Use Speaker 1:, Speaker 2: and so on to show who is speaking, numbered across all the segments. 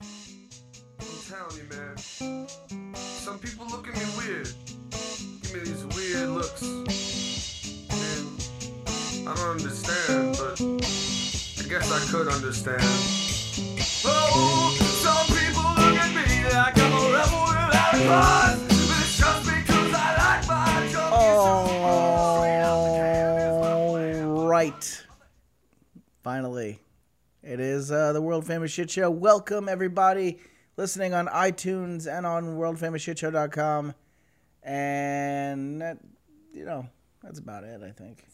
Speaker 1: I'm telling you, man. Some people look at me weird. Give me these weird looks. And I don't understand, but I guess I could understand. Oh, some people look at me like I'm a rebel without a cause. But it's just because I like my job.
Speaker 2: All right. Finally, it is uh, the world famous shit show. Welcome everybody listening on iTunes and on worldfamousshitshow.com. And that, you know, that's about it. I think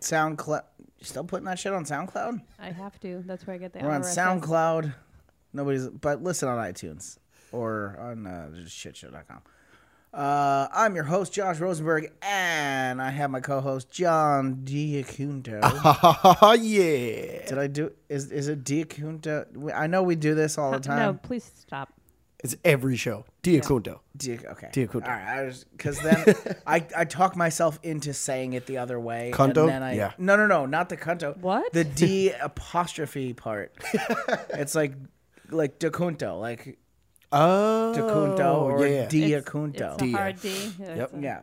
Speaker 3: SoundCloud.
Speaker 2: SoundCloud. You still putting that shit on SoundCloud?
Speaker 3: I have to. That's where I get the.
Speaker 2: We're on
Speaker 3: RSS.
Speaker 2: SoundCloud. Nobody's, but listen on iTunes or on uh, shitshow.com. Uh, I'm your host, Josh Rosenberg, and I have my co host, John Diacunto.
Speaker 4: Oh yeah.
Speaker 2: Did I do Is is it Diacunto? We- I know we do this all the
Speaker 3: No,
Speaker 2: time.
Speaker 3: please stop.
Speaker 4: It's every show. Diacundo.
Speaker 2: Diac- okay.
Speaker 4: Diacunto.
Speaker 2: All right. Because then I, I talk myself into saying it the other way.
Speaker 4: Cunto?
Speaker 2: And then I,
Speaker 4: Yeah.
Speaker 2: No, no, no. Not the cunto.
Speaker 3: What?
Speaker 2: The D apostrophe part. it's like, like Diacunto. Like,
Speaker 4: Oh.
Speaker 2: Diacunto or
Speaker 4: yeah.
Speaker 3: It's-
Speaker 2: Diacunto.
Speaker 3: It's a
Speaker 4: Dia.
Speaker 3: hard D. It's a-
Speaker 2: Yeah.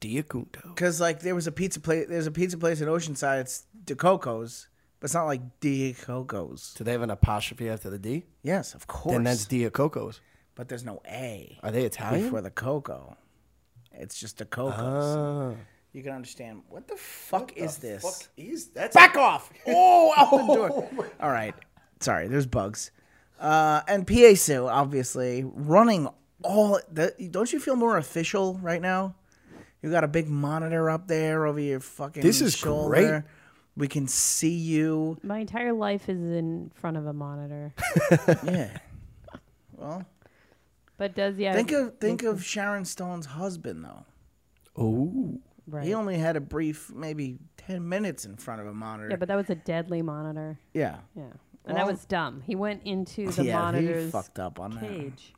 Speaker 4: Diacundo.
Speaker 2: Because like there was a pizza place, there's a pizza place in Oceanside. It's DeCoco's, but it's not like DeCoco's.
Speaker 4: Do they have an apostrophe after the D?
Speaker 2: Yes, of course.
Speaker 4: Then that's Diacocos.
Speaker 2: but there's no A
Speaker 4: Are they Italian?
Speaker 2: before the cocoa. It's just DeCoco's.
Speaker 4: Ah.
Speaker 2: you can understand. What the fuck is this?
Speaker 4: Is that's
Speaker 2: Back off! Oh, out the door. All right. Sorry, there's bugs. Uh, and PA Sue, obviously, running all the. Don't you feel more official right now? You got a big monitor up there over your fucking.
Speaker 4: This is
Speaker 2: shoulder. We can see you.
Speaker 3: My entire life is in front of a monitor.
Speaker 2: Yeah. well,
Speaker 3: But does yeah?
Speaker 2: think of think of Sharon Stone's husband though.
Speaker 4: Oh.
Speaker 3: right.
Speaker 2: He only had a brief, maybe ten minutes in front of a monitor.
Speaker 3: yeah, but that was a deadly monitor.
Speaker 2: yeah.
Speaker 3: Yeah, and that
Speaker 2: Well-
Speaker 3: was dumb. He went into the
Speaker 2: yeah, he
Speaker 3: monitor's
Speaker 2: fucked up on that.
Speaker 3: cage.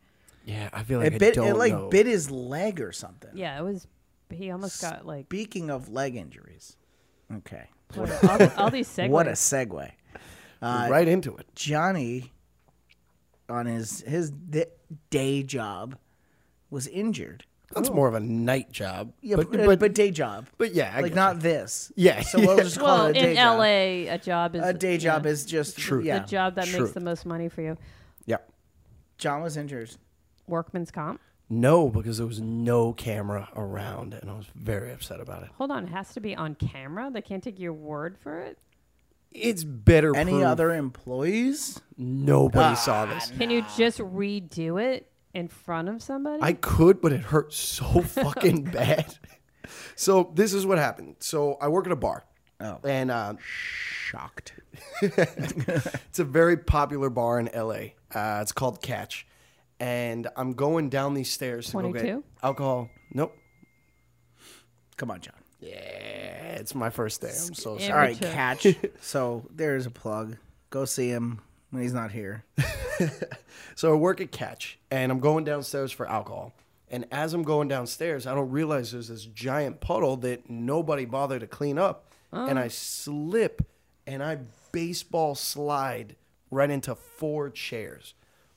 Speaker 4: Yeah, I feel like
Speaker 2: It bit
Speaker 4: I don't
Speaker 2: it like
Speaker 4: know.
Speaker 2: bit his leg or something.
Speaker 3: Yeah, it was. He almost got like.
Speaker 2: Speaking of leg injuries, okay,
Speaker 3: All, the- all these segues.
Speaker 2: what a segue.
Speaker 4: right into it.
Speaker 2: Johnny, on his his d- day job, was injured.
Speaker 4: That's more of a night job.
Speaker 2: Oh. Yeah, but uh, but, day job,
Speaker 4: but yeah, I
Speaker 2: like
Speaker 4: guess.
Speaker 2: not this.
Speaker 4: Yeah,
Speaker 2: so we'll
Speaker 4: yeah.
Speaker 2: just call
Speaker 3: well,
Speaker 2: it a day
Speaker 3: in
Speaker 2: job.
Speaker 3: LA, a job is
Speaker 2: a day
Speaker 3: yeah,
Speaker 2: job is just
Speaker 4: True.
Speaker 2: Yeah,
Speaker 3: the job that
Speaker 4: True.
Speaker 3: makes the most money for you.
Speaker 4: Yeah.
Speaker 2: John was injured.
Speaker 3: Workman's comp.
Speaker 4: No, because there was no camera around, and I was very upset about it.
Speaker 3: Hold on, it has to be on camera. They can't take your word for it.
Speaker 4: It's better.
Speaker 2: Any
Speaker 4: proof
Speaker 2: other Ah, employees?
Speaker 4: Nobody saw this.
Speaker 3: Can you just redo it in front of somebody?
Speaker 4: I could, but it hurt so fucking bad. So this is what happened. So I work at a bar,
Speaker 2: Oh.
Speaker 4: and um,
Speaker 2: Shocked.
Speaker 4: it's a very popular bar in LA. Uh, it's called Catch, and I'm going down these stairs to go get
Speaker 3: 22?
Speaker 4: alcohol. Nope.
Speaker 2: Come on, John.
Speaker 4: Yeah, it's my first day. I'm so
Speaker 3: Yeah.
Speaker 4: sorry.
Speaker 2: All right,
Speaker 3: Immature.
Speaker 2: catch. so there's a plug. Go see him when he's not here.
Speaker 4: So I work at Catch, and I'm going downstairs for alcohol. And as I'm going downstairs, I don't realize there's this giant puddle that nobody bothered to clean up. And
Speaker 2: Oh.
Speaker 4: I slip and I baseball slide right into four chairs.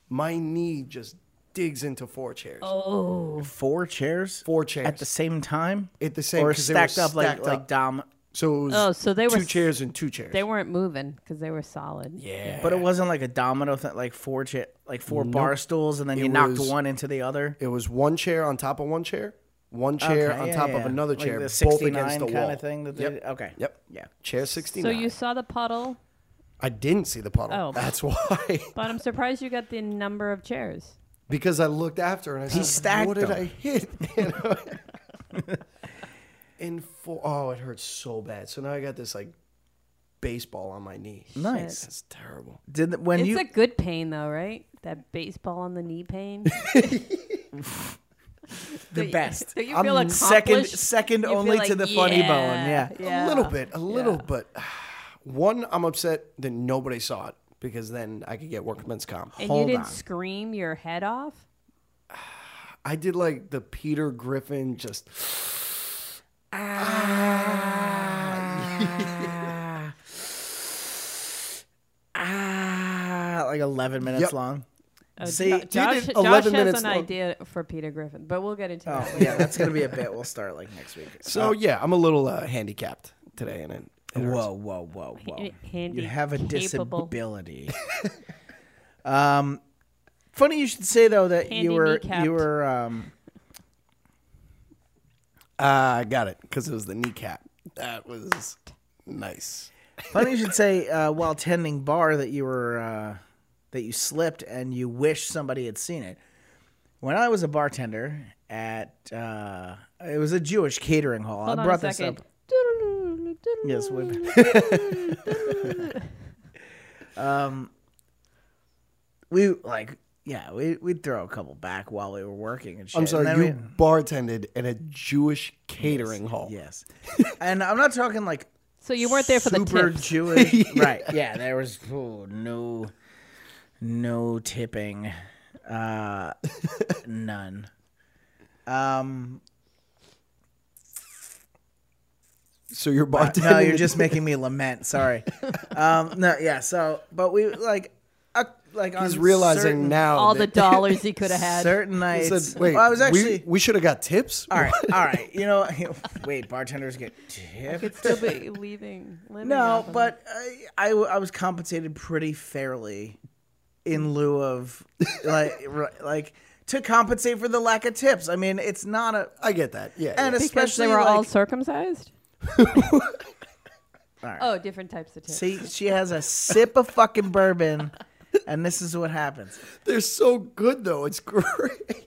Speaker 4: My knee just digs into four chairs.
Speaker 2: Oh. Four chairs.
Speaker 4: Four chairs.
Speaker 2: at the same time.
Speaker 4: At the same-
Speaker 2: or
Speaker 4: 'cause they were
Speaker 2: stacked up like
Speaker 4: stacked up.
Speaker 2: like dom.
Speaker 4: so it was
Speaker 3: Oh, so they were
Speaker 4: two
Speaker 3: s-
Speaker 4: chairs and two chairs.
Speaker 3: they weren't moving because they were solid.
Speaker 4: yeah.
Speaker 2: But it wasn't like a domino thing, like four cha- like four bar stools, and then you knocked
Speaker 4: was-
Speaker 2: one into the other.
Speaker 4: It was one chair on top of one chair, one chair
Speaker 2: Okay,
Speaker 4: on
Speaker 2: yeah,
Speaker 4: top of
Speaker 2: yeah.
Speaker 4: another chair,
Speaker 2: like the
Speaker 4: both
Speaker 2: 69
Speaker 4: against the
Speaker 2: kind
Speaker 4: wall.
Speaker 2: of thing. That they
Speaker 4: Yep.
Speaker 2: did. Okay.
Speaker 4: Yep.
Speaker 2: Yeah.
Speaker 4: Chair
Speaker 3: So
Speaker 4: 69.
Speaker 3: you saw the puddle,
Speaker 4: I didn't see the puddle.
Speaker 3: Oh.
Speaker 4: That's why.
Speaker 3: but I'm surprised you got the number of chairs.
Speaker 4: because I looked after and I said,
Speaker 2: stacked
Speaker 4: "What did
Speaker 2: them.
Speaker 4: I hit?" You know? and for oh, it hurts so bad. So now I got this like baseball on my knee.
Speaker 2: Nice.
Speaker 4: That's terrible.
Speaker 2: Did when
Speaker 3: it's
Speaker 2: you
Speaker 3: a good pain though, right? That baseball on the knee pain.
Speaker 2: the best.
Speaker 3: So you
Speaker 4: I'm
Speaker 3: feel accomplished.
Speaker 2: Second, second
Speaker 3: You feel
Speaker 2: only to
Speaker 3: like,
Speaker 2: the funny bone.
Speaker 3: yeah,
Speaker 2: Yeah.
Speaker 3: yeah.
Speaker 4: A little bit, a little, but one, I'm upset that nobody saw it because then I could get workman's comp.
Speaker 3: And
Speaker 2: Hold
Speaker 3: you didn't
Speaker 2: on.
Speaker 3: scream your head off.
Speaker 4: I did like the Peter Griffin just.
Speaker 3: Ah.
Speaker 2: Ah, like 11 minutes
Speaker 4: Yep.
Speaker 2: long?
Speaker 3: Oh,
Speaker 2: See,
Speaker 3: Jo-
Speaker 2: you
Speaker 3: Josh,
Speaker 4: did
Speaker 3: Josh
Speaker 4: 11
Speaker 3: has
Speaker 4: minutes
Speaker 3: an
Speaker 4: long.
Speaker 3: idea for Peter Griffin, but we'll get into
Speaker 2: Oh,
Speaker 3: that later.
Speaker 2: yeah, that's going to be a bit. We'll start like next week.
Speaker 4: So yeah, I'm a little uh, handicapped today, and it, it hurts.
Speaker 2: Whoa, whoa, whoa, whoa.
Speaker 3: Ha- handy,
Speaker 2: You have a
Speaker 3: capable.
Speaker 2: disability. um, funny you should say though that you
Speaker 3: Handy
Speaker 2: were
Speaker 3: kneecapped.
Speaker 2: you were um,
Speaker 4: Ah, I got it because it was the kneecap. That was nice.
Speaker 2: funny you should say uh, while tending bar that you were uh, that you slipped and you wish somebody had seen it. When I was a bartender at uh, it was a Jewish catering hall.
Speaker 3: Hold
Speaker 2: I
Speaker 3: on
Speaker 2: brought
Speaker 3: a
Speaker 2: this
Speaker 3: second.
Speaker 2: up. Yes, we um, we like yeah, we we'd throw a couple back while we were working and shit.
Speaker 4: I'm
Speaker 2: and
Speaker 4: sorry,
Speaker 2: then
Speaker 4: you
Speaker 2: we-
Speaker 4: bartended at a Jewish catering hall.
Speaker 2: Yes. and I'm not talking like
Speaker 3: So you weren't there for the
Speaker 2: super
Speaker 3: tips.
Speaker 2: Jewish. Right. Yeah, there was oh, no no tipping. Uh none. Um
Speaker 4: So you're bartending.
Speaker 2: Uh, no, you're just making me lament. Sorry. Um no, yeah, so but we like uh, like
Speaker 4: He's
Speaker 2: on
Speaker 4: realizing
Speaker 2: certain,
Speaker 4: now.
Speaker 3: All the
Speaker 4: that
Speaker 3: dollars he could have had.
Speaker 2: certain nights.
Speaker 4: He said, Wait,
Speaker 2: Well, I was actually
Speaker 4: we, we should have got tips.
Speaker 2: All right, all right. You know, wait, bartenders get tipped.
Speaker 3: Could still be leaving. living
Speaker 2: No,
Speaker 3: off of
Speaker 2: but I, I, w- I was compensated pretty fairly in lieu of like ri- like to compensate for the lack of tips. I mean, it's not a
Speaker 4: I get that. Yeah.
Speaker 2: and
Speaker 4: yeah.
Speaker 3: it. because
Speaker 2: especially
Speaker 3: they were all
Speaker 2: like-
Speaker 3: circumcised.
Speaker 2: right.
Speaker 3: Oh, different types of tips.
Speaker 2: see she has a sip of fucking bourbon and this is what happens.
Speaker 4: They're so good though. It's great.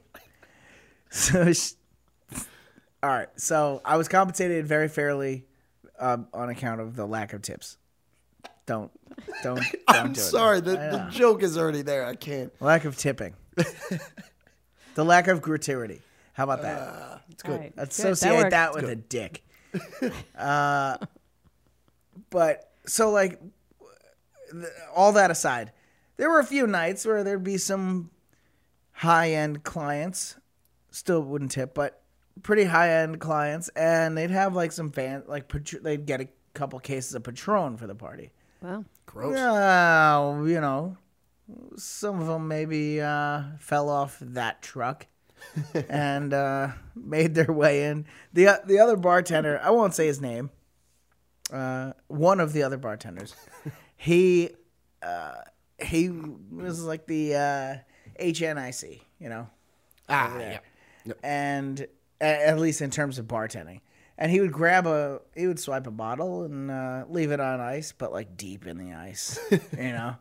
Speaker 2: So she, All right. So I was compensated very fairly um, on account of the lack of tips. Don't don't don't
Speaker 4: I'm
Speaker 2: do it.
Speaker 4: sorry. The, the joke is already there. I can't.
Speaker 2: Lack of tipping. the lack of gratuity. How about that?
Speaker 3: It's
Speaker 4: good.
Speaker 2: Let's associate that,
Speaker 3: worked.
Speaker 2: with a dick. uh, but so like th- all that aside, there were a few nights where there'd be some high end clients, still wouldn't tip, but pretty high end clients, and they'd have like some fan like Patr- they'd get a couple cases of Patron for the party.
Speaker 3: Wow.
Speaker 4: Gross.
Speaker 2: Uh, you know, some of them maybe uh, fell off that truck and uh, made their way in. the uh, The other bartender, I won't say his name. Uh, one of the other bartenders, he uh, he was like the uh, HNIC, you know,
Speaker 4: Ah, yeah.
Speaker 2: and a- at least in terms of bartending. And he would grab a, he would swipe a bottle and uh, leave it on ice, but like deep in the ice, you know.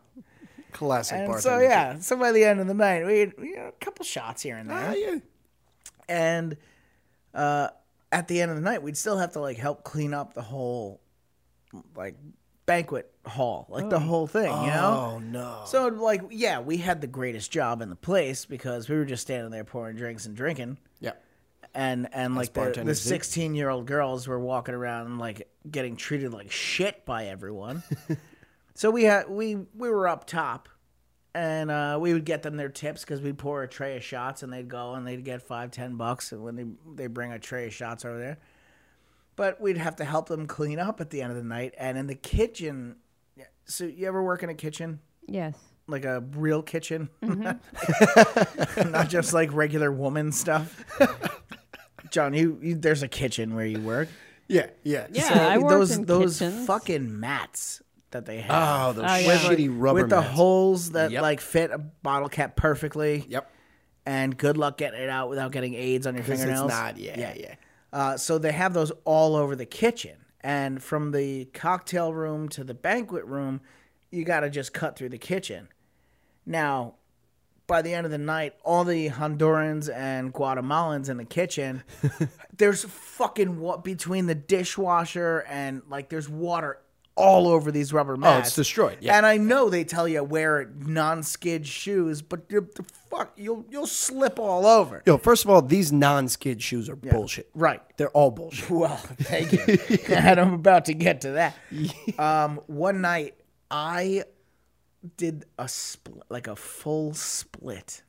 Speaker 4: Classic
Speaker 2: And so
Speaker 4: bartender.
Speaker 2: yeah, so by the end of the night, we had you know, a couple shots here and there,
Speaker 4: Ah, yeah.
Speaker 2: and uh, at the end of the night, we'd still have to like help clean up the whole like banquet hall, like the whole thing, you know.
Speaker 4: Oh no.
Speaker 2: So like yeah, we had the greatest job in the place because we were just standing there pouring drinks and drinking.
Speaker 4: Yeah.
Speaker 2: And and like the, the
Speaker 4: bartenders do.
Speaker 2: sixteen year old girls were walking around and like getting treated like shit by everyone. so we had we we were up top, and uh, we would get them their tips because we'd pour a tray of shots and they'd go and they'd get five ten bucks and when they they bring a tray of shots over there, but we'd have to help them clean up at the end of the night and in the kitchen. So you ever work in a kitchen?
Speaker 3: Yes.
Speaker 2: like a real kitchen,
Speaker 3: Mm-hmm.
Speaker 2: not just like regular woman stuff. John, you, you there's a kitchen where you work.
Speaker 4: Yeah. Yeah.
Speaker 3: Yeah,
Speaker 2: So
Speaker 3: Uh, I worked
Speaker 2: those
Speaker 3: in
Speaker 2: those
Speaker 3: kitchens.
Speaker 2: fucking mats that they have
Speaker 4: Oh, those
Speaker 3: Oh, yeah.
Speaker 4: shitty rubber
Speaker 2: with the
Speaker 4: mats.
Speaker 2: holes that
Speaker 4: Yep.
Speaker 2: like fit a bottle cap perfectly.
Speaker 4: Yep.
Speaker 2: And good luck getting it out without getting AIDS on your
Speaker 4: 'Cause It's
Speaker 2: fingernails.
Speaker 4: not. Yeah. Yeah.
Speaker 2: Uh, so they have those all over the kitchen, and from the cocktail room to the banquet room, you got to just cut through the kitchen. Now, by the end of the night, all the Hondurans and Guatemalans in the kitchen, there's fucking what between the dishwasher and like there's water all over these rubber mats.
Speaker 4: Oh, destroyed, yeah.
Speaker 2: And I know they tell you wear non-skid shoes, but you- the fuck, you'll you'll slip all over.
Speaker 4: Yo, first of all, these non-skid shoes are bullshit.
Speaker 2: Right.
Speaker 4: They're all bullshit.
Speaker 2: Well, thank you. and I'm about to get to that. Um, one night I did a split, like a full split.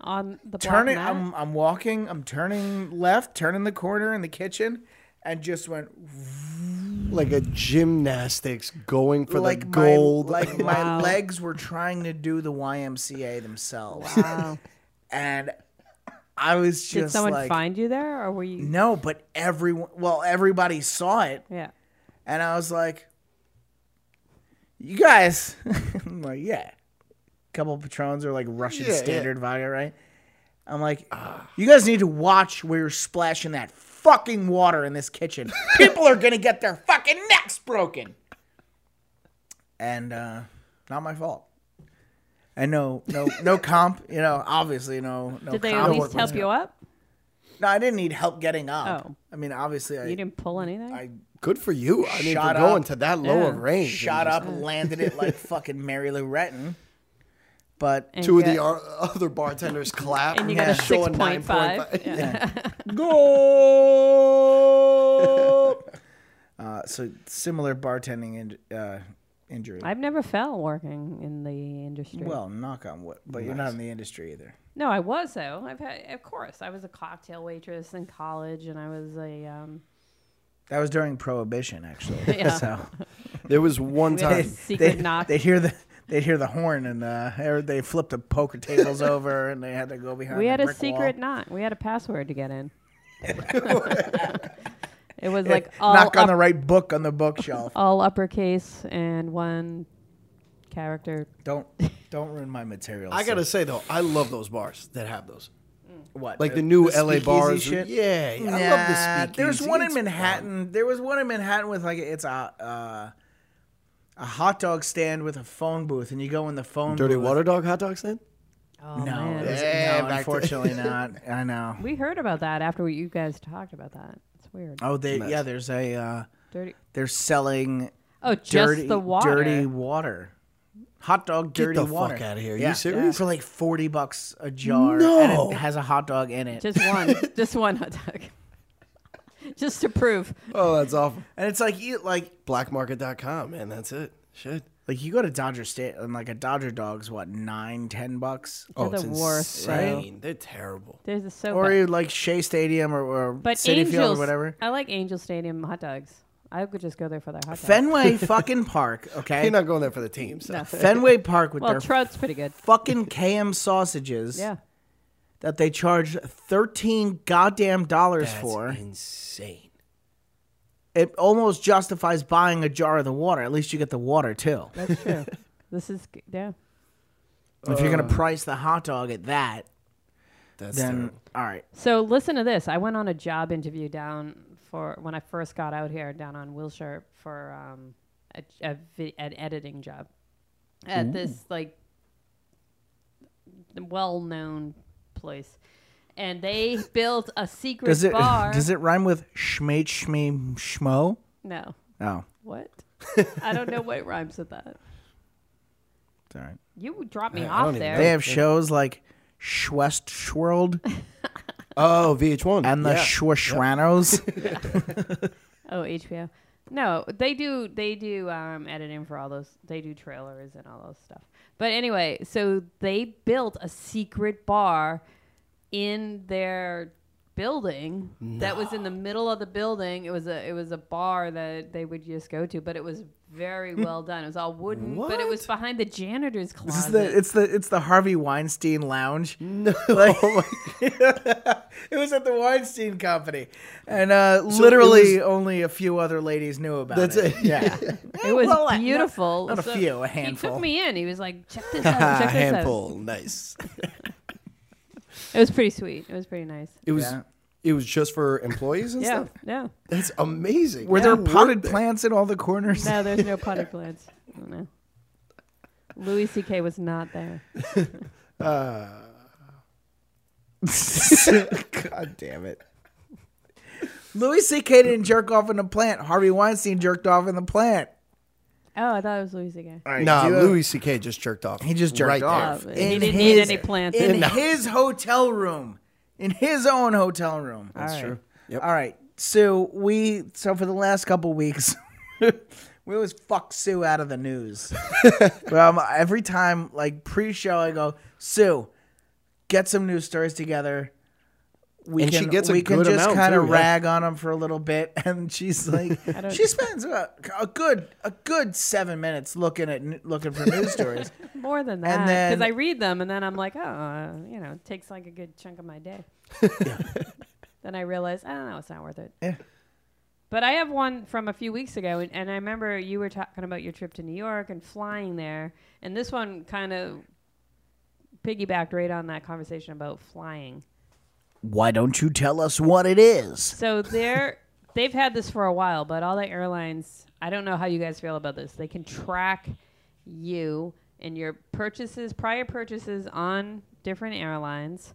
Speaker 3: On the black
Speaker 2: Turning,
Speaker 3: mat.
Speaker 2: I'm I'm walking, I'm turning left, turning the corner in the kitchen, and just went
Speaker 4: like a gymnastics going for the
Speaker 2: like
Speaker 4: gold.
Speaker 2: my like my
Speaker 3: Wow.
Speaker 2: legs were trying to do the YMCA themselves,
Speaker 3: Wow.
Speaker 2: and I was just
Speaker 3: Did someone
Speaker 2: like,
Speaker 3: find you there, or were you?
Speaker 2: no, but everyone, well, everybody saw it,
Speaker 3: Yeah.
Speaker 2: and I was like, you guys, I'm like, yeah, couple patrons are like Russian
Speaker 4: Yeah, Ah. yeah.
Speaker 2: standard vodka, right? I'm like, you guys need to watch where you're splashing that fucking water in this kitchen. People are gonna get their fucking necks broken. And uh, not my fault. And no, no, no comp. You know, obviously, no, no.
Speaker 3: Did they
Speaker 2: comp
Speaker 3: at least
Speaker 2: was-
Speaker 3: help you up?
Speaker 2: No, I didn't need help getting up.
Speaker 3: Oh.
Speaker 2: I mean, obviously, I,
Speaker 3: You didn't pull anything.
Speaker 2: I
Speaker 4: Good for you. I mean,
Speaker 2: Shot
Speaker 4: for going
Speaker 2: up.
Speaker 4: to that low of
Speaker 3: Yeah.
Speaker 4: range. and
Speaker 2: shot
Speaker 4: just-
Speaker 2: up, landed it like fucking Mary Lou Retton. But
Speaker 3: And
Speaker 4: Two of
Speaker 3: get-
Speaker 4: the ar- other bartenders clap.
Speaker 3: And you got a
Speaker 4: show
Speaker 3: six point
Speaker 4: 9.5.
Speaker 3: five. Yeah.
Speaker 2: go. uh, so similar bartending in, uh, injury.
Speaker 3: I've never fell working in the industry.
Speaker 2: well, knock on wood, but you're not in the industry either.
Speaker 3: No, I was though. I've had, of course, I was a cocktail waitress in college, and I was a um,
Speaker 2: That was during Prohibition, actually.
Speaker 3: Yeah.
Speaker 2: So
Speaker 4: There was one
Speaker 3: we had a
Speaker 4: time.
Speaker 3: secret knock.
Speaker 2: they hear the they hear the horn and uh, or they flip the poker tables over and they had to go behind.
Speaker 3: we
Speaker 2: the
Speaker 3: had a
Speaker 2: brick wall.
Speaker 3: secret knock. We had a password to get in. it was like all
Speaker 2: knock on
Speaker 3: up,
Speaker 2: the right book on the bookshelf.
Speaker 3: all uppercase and one character.
Speaker 2: don't don't ruin my material.
Speaker 4: I
Speaker 2: sir.
Speaker 4: gotta say though, I love those bars that have those,
Speaker 2: what
Speaker 4: like the, new LA
Speaker 2: speakeasy
Speaker 4: bars.
Speaker 2: shit?
Speaker 4: Yeah, yeah, I love the
Speaker 2: Nah,
Speaker 4: speakeasy.
Speaker 2: There's one in
Speaker 4: It's
Speaker 2: Manhattan. There was one in Manhattan with like it's a uh, a hot dog stand with a phone booth, and you go in the phone.
Speaker 4: Dirty
Speaker 2: booth.
Speaker 4: Water Dog hot dog stand.
Speaker 3: Oh
Speaker 2: No,
Speaker 3: man,
Speaker 2: it was-
Speaker 4: Yeah,
Speaker 2: no
Speaker 4: back to-
Speaker 2: unfortunately not. I know.
Speaker 3: we heard about that after we, you guys talked about that. It's weird.
Speaker 2: Oh, they yeah. There's a uh,
Speaker 3: Dirty.
Speaker 2: they're selling
Speaker 3: Oh, just
Speaker 2: dirty
Speaker 3: the water.
Speaker 2: dirty water. Hot dog
Speaker 4: Get
Speaker 2: dirty
Speaker 4: the
Speaker 2: water.
Speaker 4: fuck out of here.
Speaker 2: Yeah.
Speaker 4: You serious?
Speaker 2: For like forty bucks a jar.
Speaker 4: No.
Speaker 2: and it has a hot dog in it.
Speaker 3: Just one. just one hot dog. just to prove.
Speaker 4: Oh, that's awful.
Speaker 2: and it's like you like
Speaker 4: Blackmarket.com, man. That's it. Shit.
Speaker 2: like you go to Dodger State and like a Dodger dog's what nine ten bucks.
Speaker 4: Oh,
Speaker 3: They're
Speaker 4: it's
Speaker 3: the worst, though.
Speaker 4: insane. They're terrible.
Speaker 3: There's a soap.
Speaker 2: or you like Shea Stadium or, or
Speaker 3: But
Speaker 2: City
Speaker 3: Angels,
Speaker 2: Field or whatever.
Speaker 3: I like Angel Stadium hot dogs. I could just go there for their hot dogs.
Speaker 2: Fenway fucking Park, okay?
Speaker 4: You're not going there for the team. So.
Speaker 2: Fenway Park with
Speaker 3: well,
Speaker 2: their
Speaker 3: Trout's pretty good.
Speaker 2: fucking KM sausages
Speaker 3: Yeah.
Speaker 2: that they charge thirteen goddamn dollars
Speaker 4: That's
Speaker 2: for.
Speaker 4: insane.
Speaker 2: It almost justifies buying a jar of the water. At least you get the water too.
Speaker 3: That's true. this is g- yeah.
Speaker 2: if you're gonna price the hot dog at that,
Speaker 4: That's
Speaker 2: then
Speaker 4: terrible.
Speaker 2: all right.
Speaker 3: So listen to this. I went on a job interview down for when I first got out here down on Wilshire for um, a, a vi- an editing job at this like well-known place, and they built a secret
Speaker 2: Does it
Speaker 3: bar.
Speaker 2: does it rhyme with schmate schme schmo? Oh,
Speaker 3: no,
Speaker 2: No,
Speaker 3: what? I don't know what rhymes with that.
Speaker 2: it's all right.
Speaker 3: You dropped me
Speaker 4: I don't
Speaker 3: off
Speaker 4: even
Speaker 3: there.
Speaker 2: They have shows like Schwest Schworld
Speaker 4: Oh, VH1.
Speaker 2: and the
Speaker 4: yeah.
Speaker 2: Schwashranos.
Speaker 3: Oh, HBO. No, they do. They do um, editing for all those. They do trailers and all those stuff. But anyway, so they built a secret bar in their building that was in the middle of the building. It was a it was a bar that they would just go to, but it was very well done. It was all wooden, but it was behind the janitor's closet. Mm.
Speaker 2: It's the it's the it's the Harvey Weinstein Lounge. No,
Speaker 4: Oh
Speaker 2: it was at the Weinstein Company, and uh, literally only a few other ladies knew about
Speaker 4: That's
Speaker 2: it.
Speaker 4: it.
Speaker 2: Yeah,
Speaker 3: it was
Speaker 2: Well, not-
Speaker 3: beautiful.
Speaker 2: not a
Speaker 3: So
Speaker 2: few, a
Speaker 3: He
Speaker 2: handful.
Speaker 3: took me in. He was like, "Check this out. Check this out."
Speaker 4: handful. Nice.
Speaker 3: It was pretty sweet. It was pretty nice.
Speaker 4: It was.
Speaker 2: Yeah.
Speaker 4: It was just for employees and
Speaker 3: Yeah,
Speaker 4: stuff.
Speaker 3: yeah.
Speaker 4: That's amazing.
Speaker 2: Were there
Speaker 4: Who worked
Speaker 2: potted
Speaker 4: there?
Speaker 2: plants in all the corners?
Speaker 3: No, there's no potted plants. No. Louis C.K. was not there.
Speaker 2: God damn it. Louis C.K. didn't jerk off in the plant. Harvey Weinstein jerked off in the plant.
Speaker 3: Oh, I thought it was Louis C.K.
Speaker 2: All right,
Speaker 4: Nah,
Speaker 2: do you-
Speaker 4: Louis C.K. just jerked off.
Speaker 2: He just jerked
Speaker 4: right
Speaker 2: off.
Speaker 4: There.
Speaker 3: Oh,
Speaker 2: In
Speaker 3: he didn't need
Speaker 2: his-
Speaker 3: any plants.
Speaker 2: in his hotel room, in his own hotel room.
Speaker 3: That's true.
Speaker 4: Yep.
Speaker 2: All right. Sue, we so for the last couple weeks, we always fuck Sue out of the news. um, every time, like pre-show, I go, Sue, get some news stories together. we
Speaker 4: And
Speaker 2: can,
Speaker 4: she gets a
Speaker 2: we can
Speaker 4: good
Speaker 2: just
Speaker 4: amount,
Speaker 2: kind of
Speaker 4: too, yeah.
Speaker 2: rag on him for a little bit, and she's like, she spends a, a good a good seven minutes looking at n- looking for news stories,
Speaker 3: More than
Speaker 2: And
Speaker 3: that, because
Speaker 2: then-
Speaker 3: I read them and then I'm like, oh, uh, you know, it takes like a good chunk of my day. then I realize, I don't know, it's not worth it.
Speaker 2: Yeah.
Speaker 3: But I have one from a few weeks ago, and, and I remember you were talking about your trip to New York and flying there, and this one kind of piggybacked right on that conversation about flying.
Speaker 2: Why don't you tell us what it is?
Speaker 3: So they're they've had this for a while, but all the airlines, I don't know how you guys feel about this. They can track you and your purchases, prior purchases on different airlines.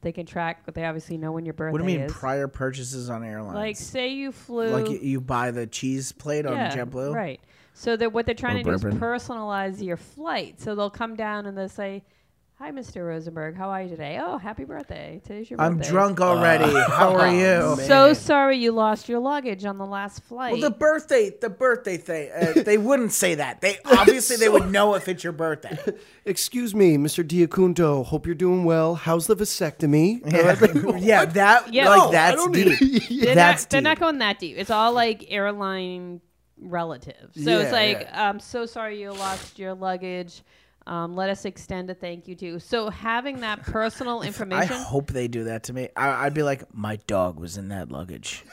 Speaker 3: They can track, but they obviously know when your birthday
Speaker 2: What do you mean
Speaker 3: is.
Speaker 2: prior purchases on airlines?
Speaker 3: like, say you flew,
Speaker 2: like you, you buy the cheese plate on
Speaker 3: yeah,
Speaker 2: JetBlue,
Speaker 3: right? So that what they're trying
Speaker 2: Or
Speaker 3: to do
Speaker 2: bourbon.
Speaker 3: is personalize your flight. So they'll come down and they'll say. Hi, Mr. Rosenberg. How are you today? Oh, happy birthday. Today's your
Speaker 2: I'm
Speaker 3: birthday.
Speaker 2: drunk already. How are you?
Speaker 3: So sorry you lost your luggage on the last flight.
Speaker 2: Well, the birthday, the birthday thing, uh, they wouldn't say that. They obviously they would know if it's your birthday.
Speaker 4: Excuse me, Mr. Diacunto. Hope you're doing well. How's the vasectomy?
Speaker 2: Yeah, yeah that
Speaker 3: Yeah.
Speaker 2: like
Speaker 3: No, I
Speaker 2: that's
Speaker 4: don't
Speaker 2: deep.
Speaker 4: need-
Speaker 3: they're
Speaker 2: that's
Speaker 3: not, they're not
Speaker 2: deep.
Speaker 3: going that deep. It's all like airline relatives. So
Speaker 4: Yeah,
Speaker 3: it's like,
Speaker 4: yeah.
Speaker 3: I'm so sorry you lost your luggage. Um, let us extend a thank you to. So having that personal
Speaker 2: I
Speaker 3: information,
Speaker 2: hope they do that to me. I, I'd be like, my dog was in that luggage.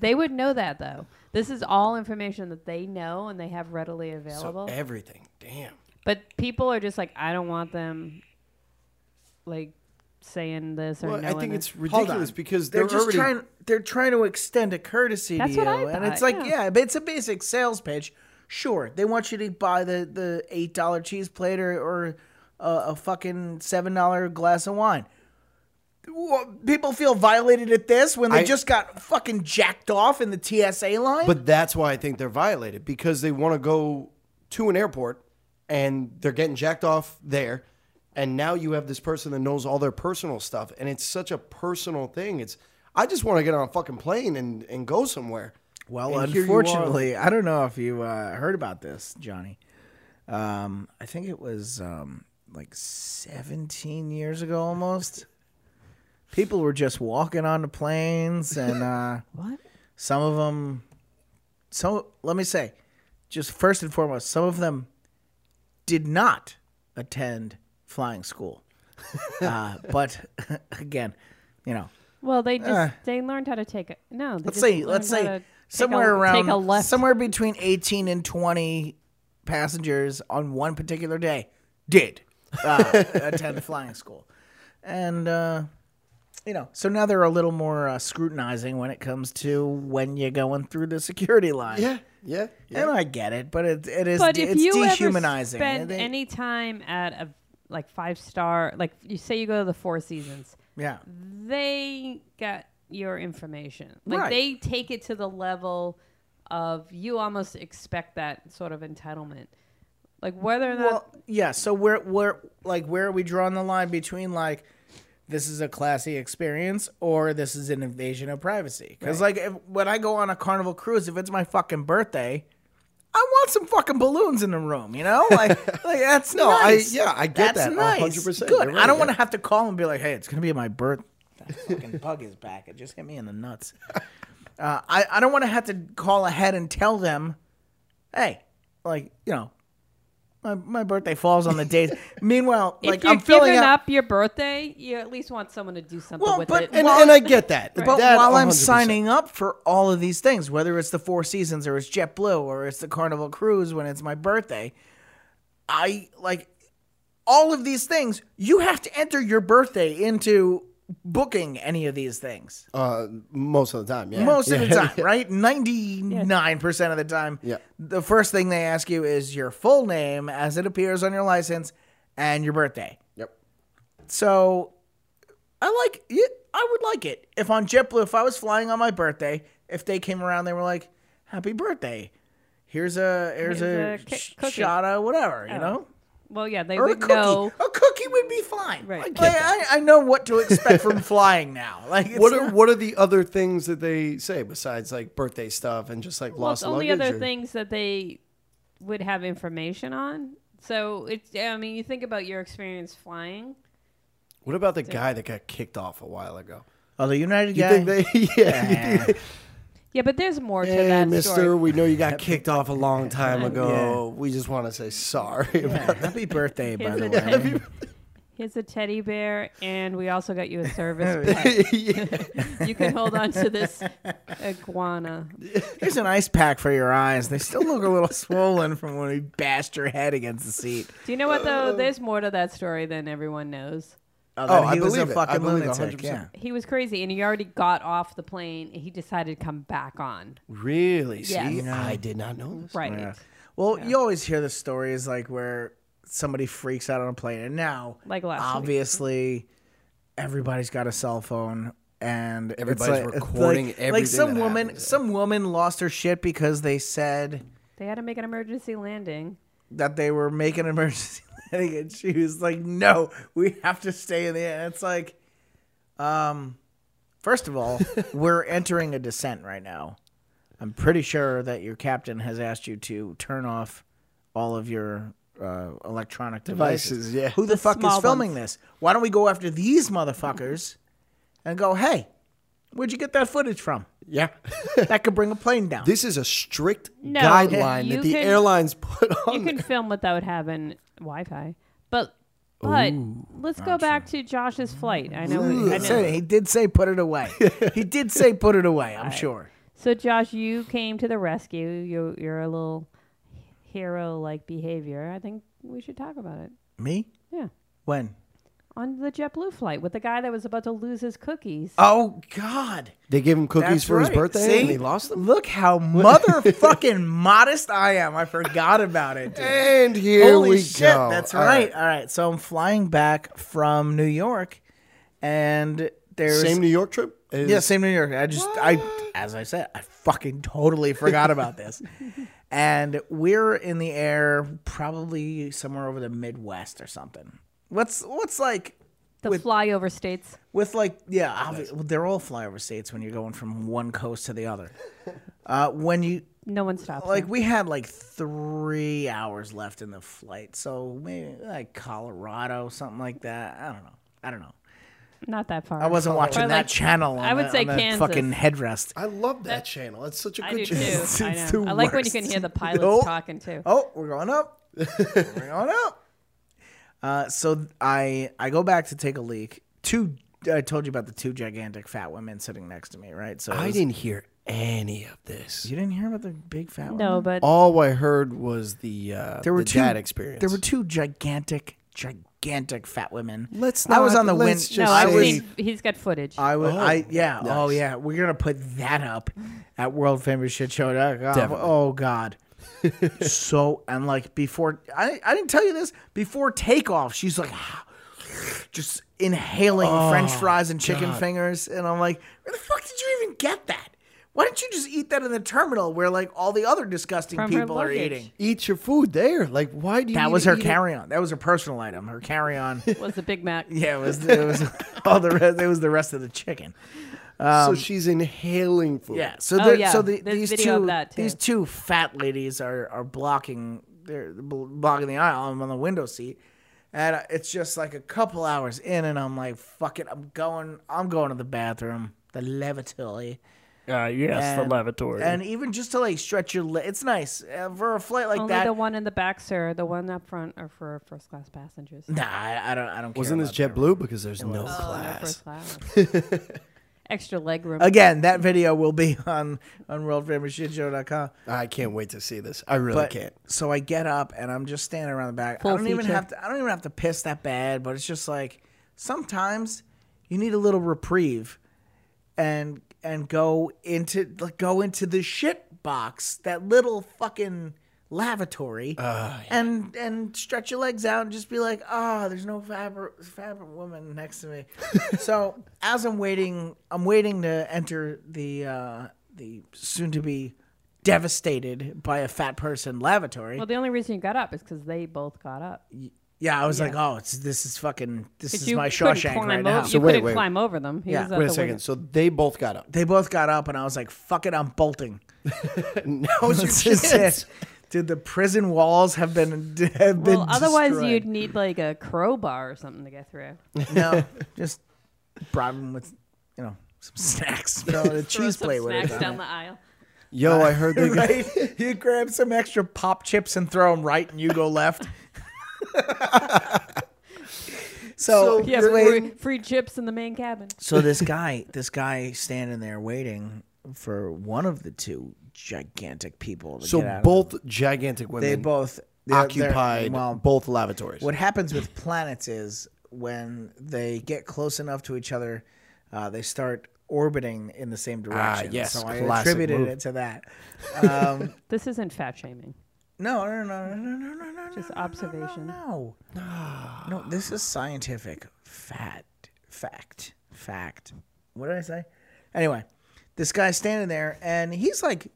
Speaker 3: they would know that though. This is all information that they know and they have readily
Speaker 4: So
Speaker 3: available.
Speaker 2: eh
Speaker 4: everything. Damn.
Speaker 3: but people are just like, I don't want them, like, saying this or
Speaker 4: Well, I
Speaker 3: knowing
Speaker 4: think
Speaker 3: this.
Speaker 4: it's ridiculous because they're,
Speaker 2: just
Speaker 4: already.
Speaker 2: trying. They're trying to extend a courtesy
Speaker 3: That's
Speaker 2: to you,
Speaker 3: what I
Speaker 2: and
Speaker 3: thought,
Speaker 2: it's like,
Speaker 3: yeah.
Speaker 2: yeah. but it's a basic sales pitch. Sure, they want you to buy the the eight dollar cheese plate or, or a, a fucking seven dollar glass of wine. Wha- People feel violated at this when they
Speaker 4: I-
Speaker 2: just got fucking jacked off in the TSA line.
Speaker 4: But that's why I think they're violated because they want to go to an airport and they're getting jacked off there. And now you have this person that knows all their personal stuff. And it's such a personal thing. It's, I just want to get on a fucking plane and, and go somewhere.
Speaker 2: Well,
Speaker 4: And here you are.
Speaker 2: unfortunately, I don't know if you uh, heard about this, Johnny. Um, I think it was um, like 17 years ago almost. People were just walking onto planes, and uh,
Speaker 3: what?
Speaker 2: some of them, some, let me say, just first and foremost, some of them did not attend flying school. uh, but again, you know,
Speaker 3: Well, they just they learned how to take it.
Speaker 2: Eh.
Speaker 3: No, they
Speaker 2: let's
Speaker 3: just
Speaker 2: say
Speaker 3: learned
Speaker 2: let's
Speaker 3: how to
Speaker 2: say
Speaker 3: take a-
Speaker 2: somewhere around
Speaker 3: take a left
Speaker 2: somewhere between 18 and 20 passengers on one particular day did uh, attend flying school and uh, you know so now they're a little more uh, scrutinizing when it comes to when you're going through the security line
Speaker 4: Yeah. Yeah. yeah.
Speaker 2: and i get it but it, it is
Speaker 3: But if
Speaker 2: it's
Speaker 3: you
Speaker 2: dehumanizing
Speaker 3: ever spend
Speaker 2: They-
Speaker 3: any time at a like five star, like you say you go to the Four Seasons,
Speaker 2: yeah
Speaker 3: they got your information. Like
Speaker 2: Right.
Speaker 3: they take it to the level of you almost expect that sort of entitlement. Like whether or not
Speaker 2: Well, yeah. So where where like where are we drawing the line between like this is a classy experience or this is an invasion of privacy? Because like if, when I go on a carnival cruise, if it's my fucking birthday, I want some fucking balloons in the room. You know, like like that's no.
Speaker 4: I-
Speaker 2: Nice.
Speaker 4: yeah, I get
Speaker 2: that's
Speaker 4: that
Speaker 2: Nice.
Speaker 4: 100%.
Speaker 2: Good.
Speaker 4: You're
Speaker 2: I
Speaker 4: right,
Speaker 2: don't
Speaker 4: yeah.
Speaker 2: want to have to call and be like, hey, it's gonna be my birth. That fucking bug is back. It just hit me in the nuts. Uh, I, I don't want to have to call ahead and tell them, hey, like, you know, my, my birthday falls on the days. Meanwhile,
Speaker 3: if
Speaker 2: like,
Speaker 3: you're
Speaker 2: I'm filling
Speaker 3: giving
Speaker 2: up.
Speaker 3: up your birthday, you at least want someone to do something
Speaker 2: Well,
Speaker 3: with
Speaker 2: but-
Speaker 3: it.
Speaker 4: And,
Speaker 2: While-
Speaker 4: and I get that.
Speaker 2: But
Speaker 4: That
Speaker 2: while I'm
Speaker 4: 100%.
Speaker 2: signing up for all of these things, whether it's the Four Seasons or it's JetBlue or it's the Carnival Cruise when it's my birthday, I like all of these things. You have to enter your birthday into booking any of these things.
Speaker 4: Uh, most of the time, yeah.
Speaker 2: Most of
Speaker 4: Yeah.
Speaker 2: the time, right? 99% of the time.
Speaker 4: Yeah.
Speaker 2: The first thing they ask you is your full name as it appears on your license and your birthday.
Speaker 4: Yep.
Speaker 2: So I like it. I would like it if on JetBlue, if I was flying on my birthday, if they came around, they were like, "Happy birthday! Here's a here's,
Speaker 3: Here's
Speaker 2: a,
Speaker 3: a ca-
Speaker 2: sh-
Speaker 3: cookie."
Speaker 2: shot of whatever, you know,
Speaker 3: well, yeah, they
Speaker 2: or a
Speaker 3: would
Speaker 2: cookie.
Speaker 3: know.
Speaker 2: A cookie would be fine.
Speaker 3: Right. I
Speaker 2: Like,
Speaker 3: get
Speaker 2: I, I know what to expect from flying now. Like, it's
Speaker 4: What are
Speaker 2: not-
Speaker 4: what are the other things that they say besides like birthday stuff and just like
Speaker 3: Well,
Speaker 4: lost
Speaker 3: it's only
Speaker 4: luggage?
Speaker 3: other
Speaker 4: or-
Speaker 3: things that they would have information on. So it's. I mean, you think about your experience flying.
Speaker 4: What about the guy that got kicked off a while ago?
Speaker 2: Oh, the United
Speaker 4: You
Speaker 2: guy.
Speaker 4: think they? Yeah. you think
Speaker 3: Yeah, but there's more
Speaker 4: they-
Speaker 3: to
Speaker 4: hey,
Speaker 3: that
Speaker 4: Mister,
Speaker 3: story.
Speaker 4: we know you got kicked off a long time ago. We just want to say sorry.
Speaker 2: Yeah, happy birthday, by
Speaker 3: Here's
Speaker 2: the
Speaker 3: a,
Speaker 2: way.
Speaker 3: teddy, here's a teddy bear, and we also got you a service pet.
Speaker 4: About yeah.
Speaker 3: You can hold on to this iguana.
Speaker 2: Here's an ice pack for your eyes. They still look a little swollen from when you bashed your head against the seat.
Speaker 3: Do you know what though? There's more to that story than everyone knows.
Speaker 2: then
Speaker 4: Oh, I
Speaker 2: he was a
Speaker 4: believe it. I
Speaker 2: fucking
Speaker 4: believe it
Speaker 2: lunatic.
Speaker 4: 100%.
Speaker 2: Yeah.
Speaker 3: He was crazy, and he already got off the plane. He decided to come back on.
Speaker 4: Really?
Speaker 3: Yes.
Speaker 4: See, I did not know this.
Speaker 3: Right.
Speaker 2: Yeah. Well, you always hear the stories like where somebody freaks out on a plane, and now,
Speaker 3: Like last week.
Speaker 2: obviously, everybody's got a cell phone, and it's
Speaker 4: Everybody's
Speaker 2: like,
Speaker 4: recording
Speaker 2: like,
Speaker 4: everything
Speaker 2: Like some
Speaker 4: that
Speaker 2: woman,
Speaker 4: happens.
Speaker 2: some woman lost her shit because they said
Speaker 3: They had to make an emergency landing.
Speaker 2: that they were making an emergency landing, and she was like, "No, we have to stay in the air." It's like, um, first of all, we're entering a descent right now. I'm pretty sure that your captain has asked you to turn off all of your uh, electronic devices.
Speaker 4: Devices, yeah.
Speaker 2: Who the, fuck is
Speaker 3: small
Speaker 2: filming this? Why don't we go after these motherfuckers and go, "Hey, where'd you get that footage from?
Speaker 4: Yeah.
Speaker 2: That could bring a plane down."
Speaker 4: this is a strict
Speaker 3: No,
Speaker 4: guideline
Speaker 3: you
Speaker 4: that the
Speaker 3: can-
Speaker 4: airlines put
Speaker 3: You
Speaker 4: on.
Speaker 3: can film without having Wi-Fi, but but let's go back to Josh's flight. I know.
Speaker 2: He
Speaker 3: I
Speaker 2: did
Speaker 3: know.
Speaker 2: say- he did say put it away. he did say put it away. I'm sure.
Speaker 3: So Josh, you came to the rescue. You you're a little hero-like behavior. I think we should talk about it.
Speaker 2: Me?
Speaker 3: Yeah,
Speaker 2: When?
Speaker 3: on the JetBlue flight with the guy that was about to lose his cookies.
Speaker 2: Oh God!
Speaker 4: they gave him cookies
Speaker 2: That's
Speaker 4: for his
Speaker 2: right.
Speaker 4: birthday
Speaker 2: See?
Speaker 4: and he lost them.
Speaker 2: Look how motherfucking modest I am. I forgot about it. dude.
Speaker 4: And here
Speaker 2: Holy
Speaker 4: we
Speaker 2: shit!
Speaker 4: go.
Speaker 2: That's
Speaker 4: All
Speaker 2: right. All right. So I'm flying back from New York, and there's
Speaker 4: Same New York trip? Is-
Speaker 2: Yeah, same New York. I just I as I said, I fucking totally forgot about this. And we're in the air probably somewhere over the Midwest or something. What's what's like
Speaker 3: the
Speaker 2: with-
Speaker 3: flyover states.
Speaker 2: with like yeah, obvi- well, they're all flyover states when you're going from one coast to the other. Uh, when you
Speaker 3: No one stops.
Speaker 2: like
Speaker 3: Like
Speaker 2: we had like three hours left in the flight, so maybe like Colorado, something like that. I don't know. I don't know.
Speaker 3: not that far.
Speaker 2: I wasn't watching
Speaker 3: Or,
Speaker 2: that
Speaker 3: like,
Speaker 2: channel. On
Speaker 3: I would
Speaker 2: the-
Speaker 3: say
Speaker 2: on the
Speaker 3: Kansas.
Speaker 2: fucking headrest.
Speaker 4: I love that channel. It's such a
Speaker 3: I
Speaker 4: good
Speaker 3: do too.
Speaker 4: channel.
Speaker 3: I
Speaker 2: It's
Speaker 3: know.
Speaker 2: the
Speaker 3: I like when you can
Speaker 2: worst.
Speaker 3: hear the pilots
Speaker 2: Nope.
Speaker 3: talking too.
Speaker 2: Oh, we're going up. we're going up. Uh, so I I go back to take a leak. Two I told you about the two gigantic fat women sitting next to me, right? So it
Speaker 4: I
Speaker 2: was-
Speaker 4: didn't hear any of this.
Speaker 2: You didn't hear about the big fat women?
Speaker 3: No, but
Speaker 4: All I heard was the uh,
Speaker 2: There were
Speaker 4: the
Speaker 2: two
Speaker 4: dad experience.
Speaker 2: There were two gigantic, gigantic fat women.
Speaker 4: Let's
Speaker 2: I was
Speaker 4: not-
Speaker 2: on the
Speaker 4: let's
Speaker 2: win-
Speaker 4: just
Speaker 3: no,
Speaker 2: I
Speaker 3: I've
Speaker 2: was.
Speaker 3: seen. He's got footage.
Speaker 2: I was. I yeah. Oh
Speaker 4: Nice.
Speaker 2: yeah. We're gonna put that up at worldfamousshitshow.com.
Speaker 4: Definitely.
Speaker 2: Oh god. so and like before, I I didn't tell you this before takeoff. She's like. Just inhaling
Speaker 4: Oh,
Speaker 2: French fries and chicken fingers, and I'm like, where the fuck did you even get that? Why didn't you just eat that in the terminal where like all the other disgusting
Speaker 3: From her
Speaker 2: people are
Speaker 3: luggage.
Speaker 2: eating?
Speaker 4: Eat your food there. Like, why do you?
Speaker 2: That
Speaker 4: need
Speaker 2: was
Speaker 4: to
Speaker 2: her
Speaker 4: eat it?
Speaker 2: carry-on. That was her personal item. Her carry-on.
Speaker 3: was the Big Mac.
Speaker 2: yeah, it was. It was all the rest. It was the rest of the chicken.
Speaker 4: so she's inhaling food.
Speaker 2: Um, Yeah. So
Speaker 3: Oh,
Speaker 2: there,
Speaker 3: yeah.
Speaker 2: so the,
Speaker 3: There's
Speaker 2: these
Speaker 3: video of
Speaker 2: two
Speaker 3: that, too.
Speaker 2: these two fat ladies are are blocking they're bl- blocking the aisle. I'm on the window seat, and uh, it's just like a couple hours in, and I'm like, fuck it, I'm going. I'm going to the bathroom, the lavatory.
Speaker 5: Uh, yes, the
Speaker 2: And-
Speaker 5: lavatory.
Speaker 2: And even just to like stretch your, le- it's nice uh, for a flight like
Speaker 3: Only
Speaker 2: that.
Speaker 3: the one in the back, sir. The one up front are for first class passengers.
Speaker 2: nah, I, I don't. I don't. care
Speaker 4: Wasn't this
Speaker 2: about that.
Speaker 4: JetBlue? Because there's no
Speaker 3: Oh, no,
Speaker 4: class.
Speaker 3: first class. Extra leg room.
Speaker 2: Again, that video will be on on worldfamousshitshow.com.
Speaker 4: I can't wait to see this. I really
Speaker 2: But
Speaker 4: can't.
Speaker 2: so I get up and I'm just standing around the back. I
Speaker 3: Full
Speaker 2: don't even
Speaker 3: feature.
Speaker 2: have to. I don't even have to piss that bad. But it's just like sometimes you need a little reprieve, and and go into like go into the shit box, that little fucking lavatory, and and stretch your legs out and just be like, ah, there's no fabric fabric woman next to me. so as I'm waiting, I'm waiting to enter the uh, the soon to be devastated by a fat person lavatory.
Speaker 3: well, the only reason you got up is because they both got up.
Speaker 2: Yeah, I was like, oh, it's, this is fucking, this
Speaker 3: Because
Speaker 2: is
Speaker 3: you
Speaker 2: my
Speaker 3: couldn't
Speaker 2: Shawshank
Speaker 3: climb
Speaker 2: right
Speaker 3: over,
Speaker 2: now.
Speaker 3: You
Speaker 4: So wait,
Speaker 3: couldn't
Speaker 4: wait.
Speaker 3: climb over them. He
Speaker 2: Yeah.
Speaker 3: was at
Speaker 4: Wait a
Speaker 3: the
Speaker 4: second.
Speaker 3: window.
Speaker 4: So they both got up.
Speaker 2: they both got up, and I was like, fuck it, I'm bolting.
Speaker 4: Now's
Speaker 2: This
Speaker 4: your
Speaker 2: is
Speaker 4: chance.
Speaker 2: it. Dude, the prison walls have been have been
Speaker 3: Well, otherwise
Speaker 2: destroyed.
Speaker 3: you'd need like a crowbar or something to get through.
Speaker 2: no, just problem with you know some snacks, bro, and a cheese
Speaker 3: some
Speaker 2: plate with it.
Speaker 3: snacks
Speaker 2: on
Speaker 3: down
Speaker 2: it.
Speaker 3: the aisle.
Speaker 4: Yo, I heard they got.
Speaker 2: right? You grab some extra pop chips and throw them right, and you go left. so, Oh,
Speaker 4: So-
Speaker 3: Yeah,
Speaker 4: You're
Speaker 3: free,
Speaker 4: in-
Speaker 3: free chips in the main cabin.
Speaker 2: so this guy, this guy standing there waiting for one of the two gigantic people. To get out
Speaker 4: So
Speaker 2: of the-
Speaker 4: both gigantic women
Speaker 2: they both they're- they're-
Speaker 4: occupied
Speaker 2: well,
Speaker 4: both lavatories.
Speaker 2: What happens with planets is when they get close enough to each other, uh, they start orbiting in the same direction.
Speaker 4: Ah, yes,
Speaker 2: so I
Speaker 4: classic
Speaker 2: attributed
Speaker 4: move.
Speaker 2: it to that. Um,
Speaker 3: This isn't fat shaming.
Speaker 2: no, no, no, no, no, no, no, no.
Speaker 3: Just
Speaker 2: no,
Speaker 3: observation.
Speaker 2: No, no, this is scientific fat fact fact. What did I say? Anyway, this guy's standing there, and he's like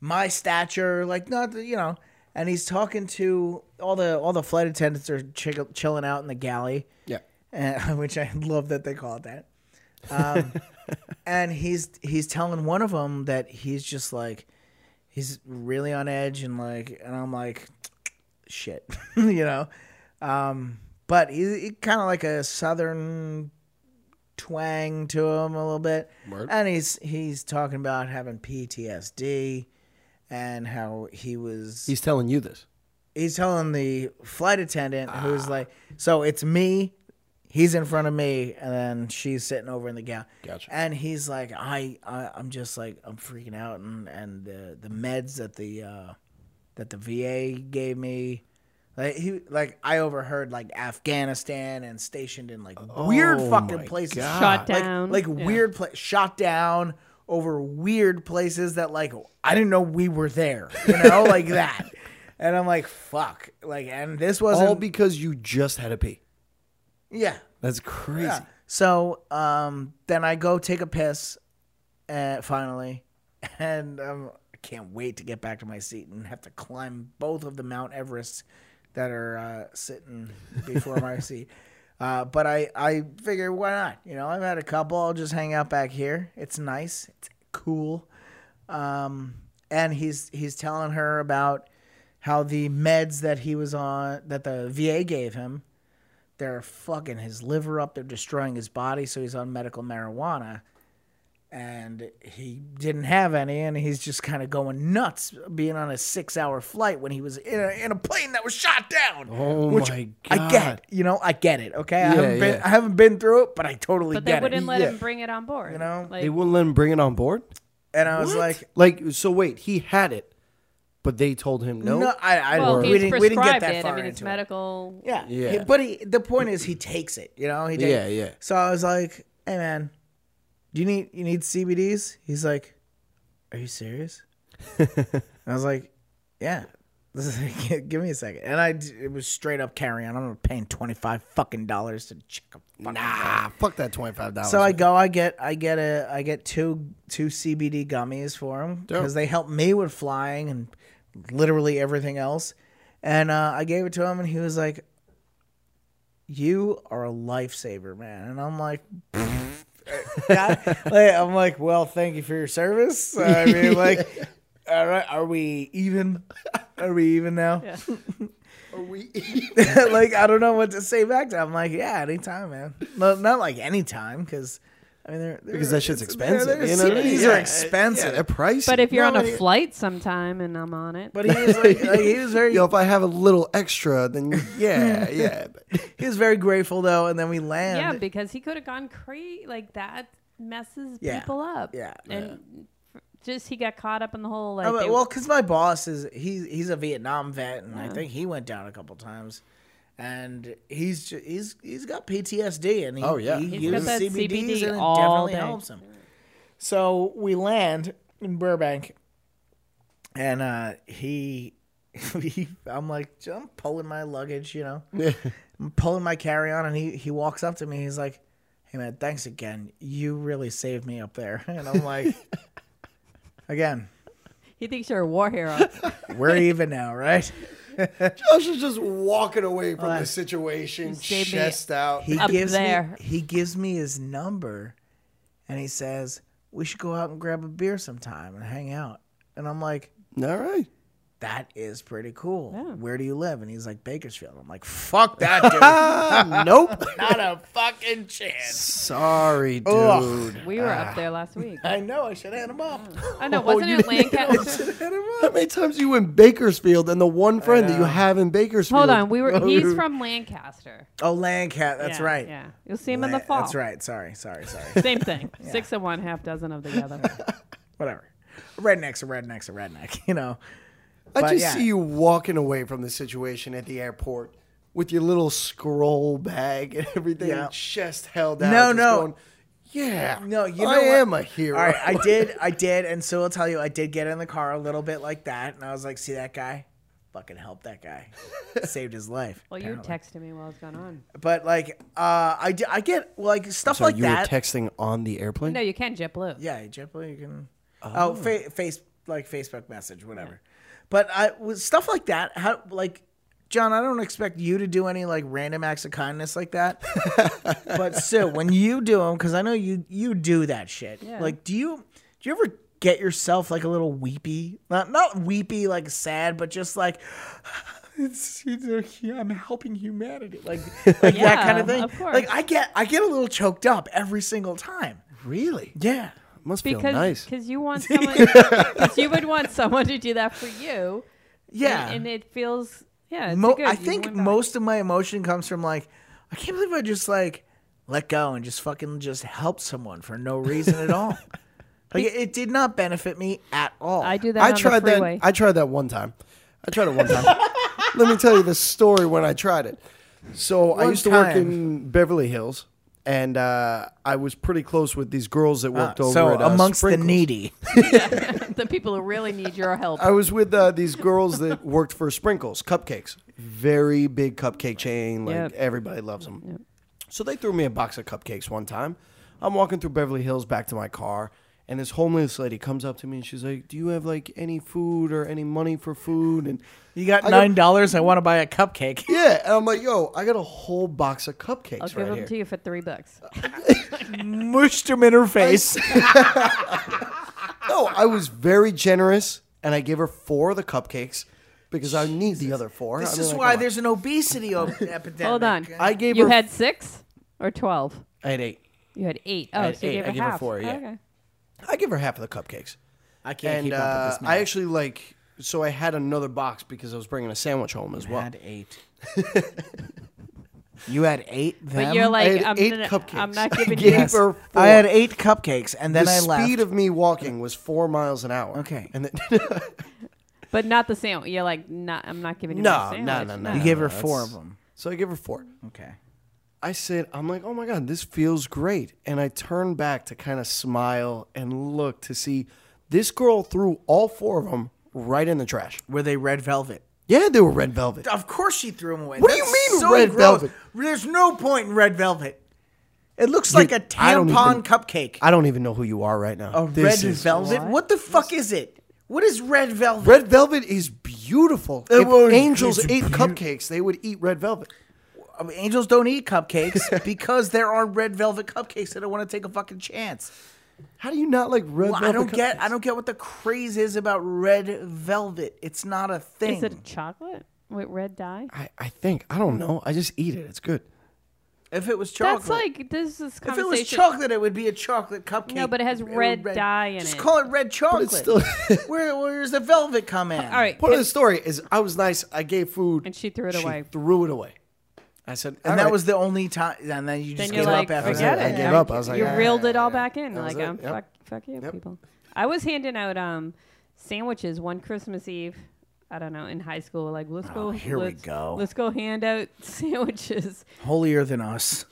Speaker 2: my stature, like not the- you know. And he's talking to all the all the flight attendants are chill, chilling out in the galley.
Speaker 4: Yeah.
Speaker 2: and, which I love that they call it that. Um, and he's he's telling one of them that he's just like he's really on edge and like and I'm like shit, you know. Um, but he, he kind of like a southern twang to him a little bit,
Speaker 4: Word.
Speaker 2: and he's he's talking about having PTSD and how he was
Speaker 4: He's telling you this.
Speaker 2: he's telling the flight attendant
Speaker 4: Ah.
Speaker 2: who's like, so it's me. He's in front of me, and then she's sitting over in the gal.
Speaker 4: Gotcha.
Speaker 2: And he's like, I, I I'm just like, I'm freaking out, and and the the meds that the uh, that the VA gave me. Like he, like I overheard like Afghanistan and stationed in like weird
Speaker 4: Oh my
Speaker 2: fucking places,
Speaker 4: God.
Speaker 3: Shot
Speaker 2: Like-
Speaker 3: down.
Speaker 2: like,
Speaker 3: Yeah.
Speaker 2: weird pla- shot down over weird places that like I didn't know we were there, you know, like that. And I'm like, fuck, like, and this wasn't,
Speaker 4: All because you just had a pee.
Speaker 2: yeah,
Speaker 4: That's crazy.
Speaker 2: yeah. So um, then I go take a piss, uh, finally, and um, I can't wait to get back to my seat and have to climb both of the Mount Everests that are uh, sitting before my seat. Uh, but I, I figure why not? You know, I've had a couple. I'll just hang out back here. It's nice. It's cool. Um, and he's he's telling her about how the meds that he was on that the VA gave him they're fucking his liver up. They're destroying his body, so he's on medical marijuana. And he didn't have any, and he's just kind of going nuts being on a six hour flight when he was in a, in a plane that was shot down.
Speaker 4: Oh
Speaker 2: which
Speaker 4: my
Speaker 2: I
Speaker 4: God.
Speaker 2: get, you know, I get it, okay? I,
Speaker 4: Yeah,
Speaker 2: haven't been,
Speaker 4: yeah.
Speaker 2: I haven't been through it, but I totally
Speaker 3: but they
Speaker 2: get
Speaker 3: wouldn't
Speaker 2: it.
Speaker 3: let
Speaker 4: Yeah.
Speaker 3: him bring it on board.
Speaker 2: You know?
Speaker 3: like,
Speaker 4: They wouldn't let him bring it on board?
Speaker 2: And I was like,
Speaker 4: Like, so wait, he had it, but they told him no?
Speaker 2: no, I, I
Speaker 3: well,
Speaker 2: we,
Speaker 3: he's
Speaker 2: didn't,
Speaker 3: prescribed
Speaker 2: we didn't get that
Speaker 3: it.
Speaker 2: far
Speaker 3: I mean, it's
Speaker 2: into it.
Speaker 3: medical.
Speaker 2: Yeah.
Speaker 4: Yeah.
Speaker 2: He- but he, the point is, he takes it. You know, he takes
Speaker 4: Yeah, yeah.
Speaker 2: So I was like, "Hey, man, do you need you need CBDs?" He's like, "Are you serious?" I was like, "Yeah." This is like, Give me a second. And I, d- it was straight up carry on. I'm not paying twenty five fucking dollars to check a fucking
Speaker 4: Nah, fuck that $25.
Speaker 2: so I go, I get, I get a, I get two two CBD gummies for them because they help me with flying and literally everything else. And uh, I gave it to him, and he was like, "You are a lifesaver, man." And I'm like, God, like, I'm like, well, thank you for your service. I mean, like, all right, are we even? Are we even now? like I don't know what to say back to. him. I'm like, yeah, anytime, man. No, not like anytime, because I mean, they're, they're,
Speaker 4: because that
Speaker 2: it's-
Speaker 4: shit's expensive.
Speaker 2: They're, they're
Speaker 4: you know what I mean?
Speaker 2: CDs
Speaker 4: Yeah,
Speaker 2: are expensive.
Speaker 4: Yeah, they're pricey.
Speaker 3: But if you're on
Speaker 2: No,
Speaker 3: a
Speaker 2: it-
Speaker 3: flight sometime and I'm on it,
Speaker 2: but he was like, like, he was very,
Speaker 4: Yo, if I have a little extra, then yeah, yeah.
Speaker 2: he was very grateful though. And then we land.
Speaker 3: yeah, because he could have gone crazy. Like that messes
Speaker 2: Yeah.
Speaker 3: people up.
Speaker 2: Yeah.
Speaker 3: and f- just he got caught up in the whole like.
Speaker 2: I mean,
Speaker 3: they-
Speaker 2: Oh, well, because my boss is he's he's a Vietnam vet, and I think he went down a couple times, and he's ju- he's he's got PTSD, and he,
Speaker 4: Oh, yeah.
Speaker 2: he
Speaker 4: He's
Speaker 3: got
Speaker 2: uses
Speaker 3: that
Speaker 2: CBDs,
Speaker 3: CBD
Speaker 2: and it
Speaker 3: all
Speaker 2: definitely
Speaker 3: day.
Speaker 2: helps him. So we land in Burbank, and uh, he, he, I'm like, I'm pulling my luggage, you know, I'm pulling my carry on, and he he walks up to me, he's like, "Hey man, thanks again. You really saved me up there," and I'm like, again.
Speaker 3: he thinks you're a war hero.
Speaker 2: We're even now, right?
Speaker 4: Josh is just walking away from the situation,
Speaker 3: saved me.
Speaker 4: chest out.
Speaker 2: He
Speaker 3: Up
Speaker 2: gives
Speaker 3: there.
Speaker 2: me he gives me his number, and he says we should go out and grab a beer sometime and hang out. And I'm like,
Speaker 4: All right.
Speaker 2: that is pretty cool.
Speaker 3: Yeah.
Speaker 2: Where do you live? And he's like, Bakersfield. I'm like, fuck that,
Speaker 3: Ah,
Speaker 2: dude. nope. Not a fucking chance.
Speaker 4: Sorry, dude.
Speaker 2: Ugh.
Speaker 3: We were up there last week.
Speaker 2: Ah. I Oh, know. I should have hit him up.
Speaker 3: I know. Wasn't it Lancaster?
Speaker 4: How many times you in Bakersfield and the one friend that you have in Bakersfield?
Speaker 3: Hold on. We were. He's from Lancaster.
Speaker 2: Oh, Lancat. Oh, That's
Speaker 3: Yeah,
Speaker 2: right.
Speaker 3: Yeah. You'll see him in the
Speaker 2: Lan-
Speaker 3: fall.
Speaker 2: That's right. Sorry, sorry, sorry.
Speaker 3: Same thing. Six of one, half dozen of the other.
Speaker 2: Whatever. Rednecks a redneck's a redneck, you know.
Speaker 4: I
Speaker 2: But
Speaker 4: just
Speaker 2: yeah.
Speaker 4: see you walking away from the situation at the airport with your little scroll bag and everything,
Speaker 2: Yeah.
Speaker 4: chest held out.
Speaker 2: No,
Speaker 4: just
Speaker 2: no.
Speaker 4: going, yeah.
Speaker 2: No, you know
Speaker 4: I
Speaker 2: what?
Speaker 4: am a hero.
Speaker 2: All right, I did, I did, and so I'll tell you, I did get in the car a little bit like that, and I was like, "See that guy? Fucking help that guy! Saved his life."
Speaker 3: Well, you were
Speaker 2: apparently.
Speaker 3: texting me while I was going on.
Speaker 2: but like, uh, I, d- I get like stuff
Speaker 4: so
Speaker 2: like
Speaker 4: you
Speaker 2: that.
Speaker 4: were texting on the airplane?
Speaker 3: No, you can JetBlue.
Speaker 2: yeah, JetBlue, you can. Oh, fa- face like Facebook message, whatever. But I with stuff like that. How like. John, I don't expect you to do any like random acts of kindness like that. but Sue, when you do them, because I know you you do that shit.
Speaker 3: Yeah.
Speaker 2: Like, do you do you ever get yourself like a little weepy? Not not weepy like sad, but just like it's, it's okay, I'm helping humanity, like like that
Speaker 3: Yeah,
Speaker 2: kind of thing.
Speaker 3: of course.
Speaker 2: Like I get I get a little choked up every single time.
Speaker 4: Really?
Speaker 2: Yeah.
Speaker 4: Must
Speaker 3: Because
Speaker 4: feel nice.
Speaker 3: cause you want someone, cause you would want someone to do that for you.
Speaker 2: Yeah.
Speaker 3: And, and it feels, yeah. It's
Speaker 2: Mo-
Speaker 3: good.
Speaker 2: I
Speaker 3: You
Speaker 2: think
Speaker 3: went back.
Speaker 2: most of my emotion comes from like, I can't believe I just like let go and just fucking just helped someone for no reason at all. Like it, it did not benefit me at all.
Speaker 3: I do that.
Speaker 4: I
Speaker 3: on
Speaker 4: tried
Speaker 3: the freeway.
Speaker 4: that. I tried that one time. I tried it one time. Let me tell you the story when I tried it. So I
Speaker 2: One
Speaker 4: used to work
Speaker 2: time.
Speaker 4: in Beverly Hills, and uh, I was pretty close with these girls that worked over
Speaker 2: Ah. so
Speaker 4: at uh,
Speaker 2: amongst the
Speaker 4: Sprinkles.
Speaker 2: needy,
Speaker 3: the people who really need your help.
Speaker 4: I was with uh, these girls that worked for Sprinkles Cupcakes, very big cupcake chain. Like
Speaker 3: Yep.
Speaker 4: everybody loves them. So they threw me a box of cupcakes one time. I'm walking through Beverly Hills back to my car, and this homeless lady comes up to me and she's like, "Do you have like any food or any money for food?" And
Speaker 2: you got
Speaker 4: I
Speaker 2: nine dollars. I want to buy a cupcake.
Speaker 4: yeah, and I'm like, "Yo, I got a whole box of cupcakes
Speaker 3: I'll give
Speaker 4: right
Speaker 3: them
Speaker 4: here."
Speaker 3: to you for three bucks.
Speaker 2: Mushed him in her face.
Speaker 4: No, I was very generous, and I gave her four of the cupcakes because I need the other four. I
Speaker 2: This
Speaker 4: mean,
Speaker 2: is
Speaker 4: like,
Speaker 2: why
Speaker 4: come on.
Speaker 2: there's an obesity o- epidemic.
Speaker 3: Hold on.
Speaker 4: I gave
Speaker 3: you
Speaker 4: her
Speaker 3: had six or 12?
Speaker 4: I had eight.
Speaker 3: You had eight. Oh,
Speaker 4: had
Speaker 3: so you
Speaker 4: eight.
Speaker 3: gave
Speaker 4: I
Speaker 3: her
Speaker 4: gave her
Speaker 3: half.
Speaker 4: four, yeah.
Speaker 3: okay.
Speaker 4: I give her half of the cupcakes.
Speaker 2: I can't
Speaker 4: and
Speaker 2: keep up with this
Speaker 4: uh,
Speaker 2: man.
Speaker 4: I actually like. So I had another box because I was bringing a sandwich home as well.
Speaker 2: had eight. you had eight. Them?
Speaker 3: But you're
Speaker 4: I
Speaker 3: like,
Speaker 4: had
Speaker 3: I'm,
Speaker 4: eight
Speaker 3: gonna, I'm
Speaker 4: cupcakes.
Speaker 3: not
Speaker 4: I
Speaker 3: giving
Speaker 4: gave
Speaker 3: you.
Speaker 2: Yes.
Speaker 4: her four.
Speaker 2: I had eight cupcakes, and then
Speaker 4: the
Speaker 2: I left.
Speaker 4: speed of me walking was four miles an hour.
Speaker 2: Okay.
Speaker 4: And then,
Speaker 3: But not the sandwich. You're like, not, I'm not giving you
Speaker 4: No,
Speaker 3: my sandwich.
Speaker 4: no, no, no.
Speaker 2: you gave her
Speaker 4: that's-
Speaker 2: four of them.
Speaker 4: so I give her four.
Speaker 2: Okay.
Speaker 4: I said, I'm like, oh my God, this feels great. And I turned back to kind of smile and look to see this girl threw all four of them right in the trash.
Speaker 2: Were they red velvet?
Speaker 4: Yeah, they were red velvet.
Speaker 2: Of course she threw them away.
Speaker 4: What do you
Speaker 2: That's
Speaker 4: mean
Speaker 2: so
Speaker 4: red
Speaker 2: gross.
Speaker 4: velvet?
Speaker 2: There's no point in red velvet. It looks like a
Speaker 4: I don't
Speaker 2: tampon
Speaker 4: even-
Speaker 2: cupcake.
Speaker 4: I don't even know who you are right now.
Speaker 2: A red
Speaker 4: This is-
Speaker 2: velvet? What? the fuck is it? What is red velvet?
Speaker 4: Red velvet is beautiful.
Speaker 2: It
Speaker 4: if
Speaker 2: was-
Speaker 4: angels
Speaker 2: it's
Speaker 4: ate
Speaker 2: beau-
Speaker 4: cupcakes, they would eat red velvet.
Speaker 2: I mean, Angels don't eat cupcakes because there are red velvet cupcakes. I don't want to take a fucking chance.
Speaker 4: How do you not like red
Speaker 2: Well,
Speaker 4: velvet?
Speaker 2: I don't get. I
Speaker 4: cupcakes?
Speaker 2: don't get what the craze is about red velvet. It's not a thing.
Speaker 3: Is it chocolate with red dye?
Speaker 4: I, I think I don't know. I just eat it. It's good.
Speaker 2: if it was chocolate,
Speaker 3: That's like this
Speaker 2: if
Speaker 3: is
Speaker 2: it
Speaker 3: conversation.
Speaker 2: was chocolate, it would be a chocolate cupcake.
Speaker 3: No, but it has red dye in
Speaker 2: just
Speaker 3: it.
Speaker 2: call it red chocolate.
Speaker 4: it's
Speaker 2: where where's the velvet come in?
Speaker 3: All right,
Speaker 4: Part of the story is I was nice. I gave food,
Speaker 3: and she threw it
Speaker 4: she
Speaker 3: away.
Speaker 4: Threw it away. I said,
Speaker 2: And that was the only time. And then you just
Speaker 3: Then
Speaker 2: gave
Speaker 3: you're like,
Speaker 2: up after
Speaker 3: forget
Speaker 2: that.
Speaker 4: I
Speaker 3: it.
Speaker 4: gave up. I was like,
Speaker 3: you
Speaker 4: "Ah."
Speaker 3: reeled it all back in.
Speaker 4: was
Speaker 3: Like
Speaker 4: it.
Speaker 3: I'm
Speaker 4: Yep.
Speaker 3: fuck, fuck you, people. I was handing out um sandwiches one Christmas Eve. I don't know in high school. Like
Speaker 4: Oh,
Speaker 3: let's go.
Speaker 2: here we
Speaker 3: let's-
Speaker 2: go.
Speaker 3: Let's go hand out sandwiches.
Speaker 2: Holier than us.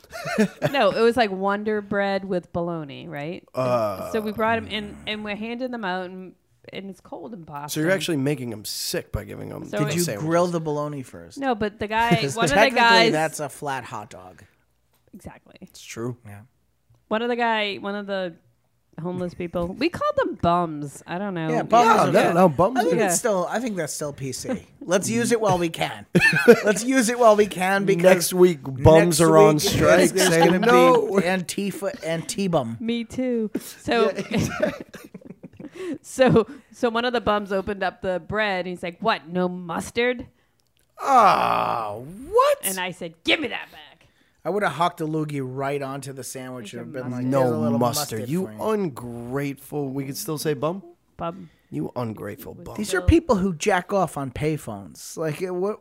Speaker 3: no, it was like Wonder Bread with bologna, right? Uh, so we brought them in, and we're handing them out, and, and it's cold in Boston.
Speaker 4: mm. So you're actually making them sick by giving them.
Speaker 3: So
Speaker 4: the
Speaker 3: it-
Speaker 2: Did you
Speaker 4: sandwich.
Speaker 2: grill the bologna first?
Speaker 3: no, but the guy,
Speaker 2: 'Cause
Speaker 3: one of the
Speaker 2: technically,
Speaker 3: guys,
Speaker 2: that's a flat hot dog.
Speaker 3: exactly.
Speaker 4: It's true.
Speaker 2: Yeah.
Speaker 3: One of the guy, one of the homeless people. We called them bums. I don't know.
Speaker 2: Yeah, bums
Speaker 4: Yeah,
Speaker 2: are
Speaker 4: that-
Speaker 2: good.
Speaker 4: no, bums
Speaker 2: I
Speaker 4: are
Speaker 2: think
Speaker 3: good.
Speaker 2: it's still. I think that's still PC. Let's use it while we can. Let's use it while we can because
Speaker 4: Next week, bums
Speaker 2: next
Speaker 4: are on
Speaker 2: week,
Speaker 4: strike.
Speaker 2: There's
Speaker 4: saying
Speaker 2: going to
Speaker 4: no.
Speaker 2: be Antifa and T-bum.
Speaker 3: Me too. So So so one of the bums opened up the bread and he's like, "What? No mustard?"
Speaker 4: Oh, what?
Speaker 3: And I said, "Give me that back."
Speaker 2: I would have hocked a loogie right onto the sandwich and
Speaker 3: Like a
Speaker 2: have been like,
Speaker 3: mustard.
Speaker 2: "Here's a
Speaker 4: no
Speaker 2: little
Speaker 4: mustard.
Speaker 2: mustard
Speaker 4: You
Speaker 2: for
Speaker 4: ungrateful. We could still say bum.
Speaker 3: Bum.
Speaker 4: You ungrateful bum.
Speaker 2: These are people who jack off on payphones. Like it, what?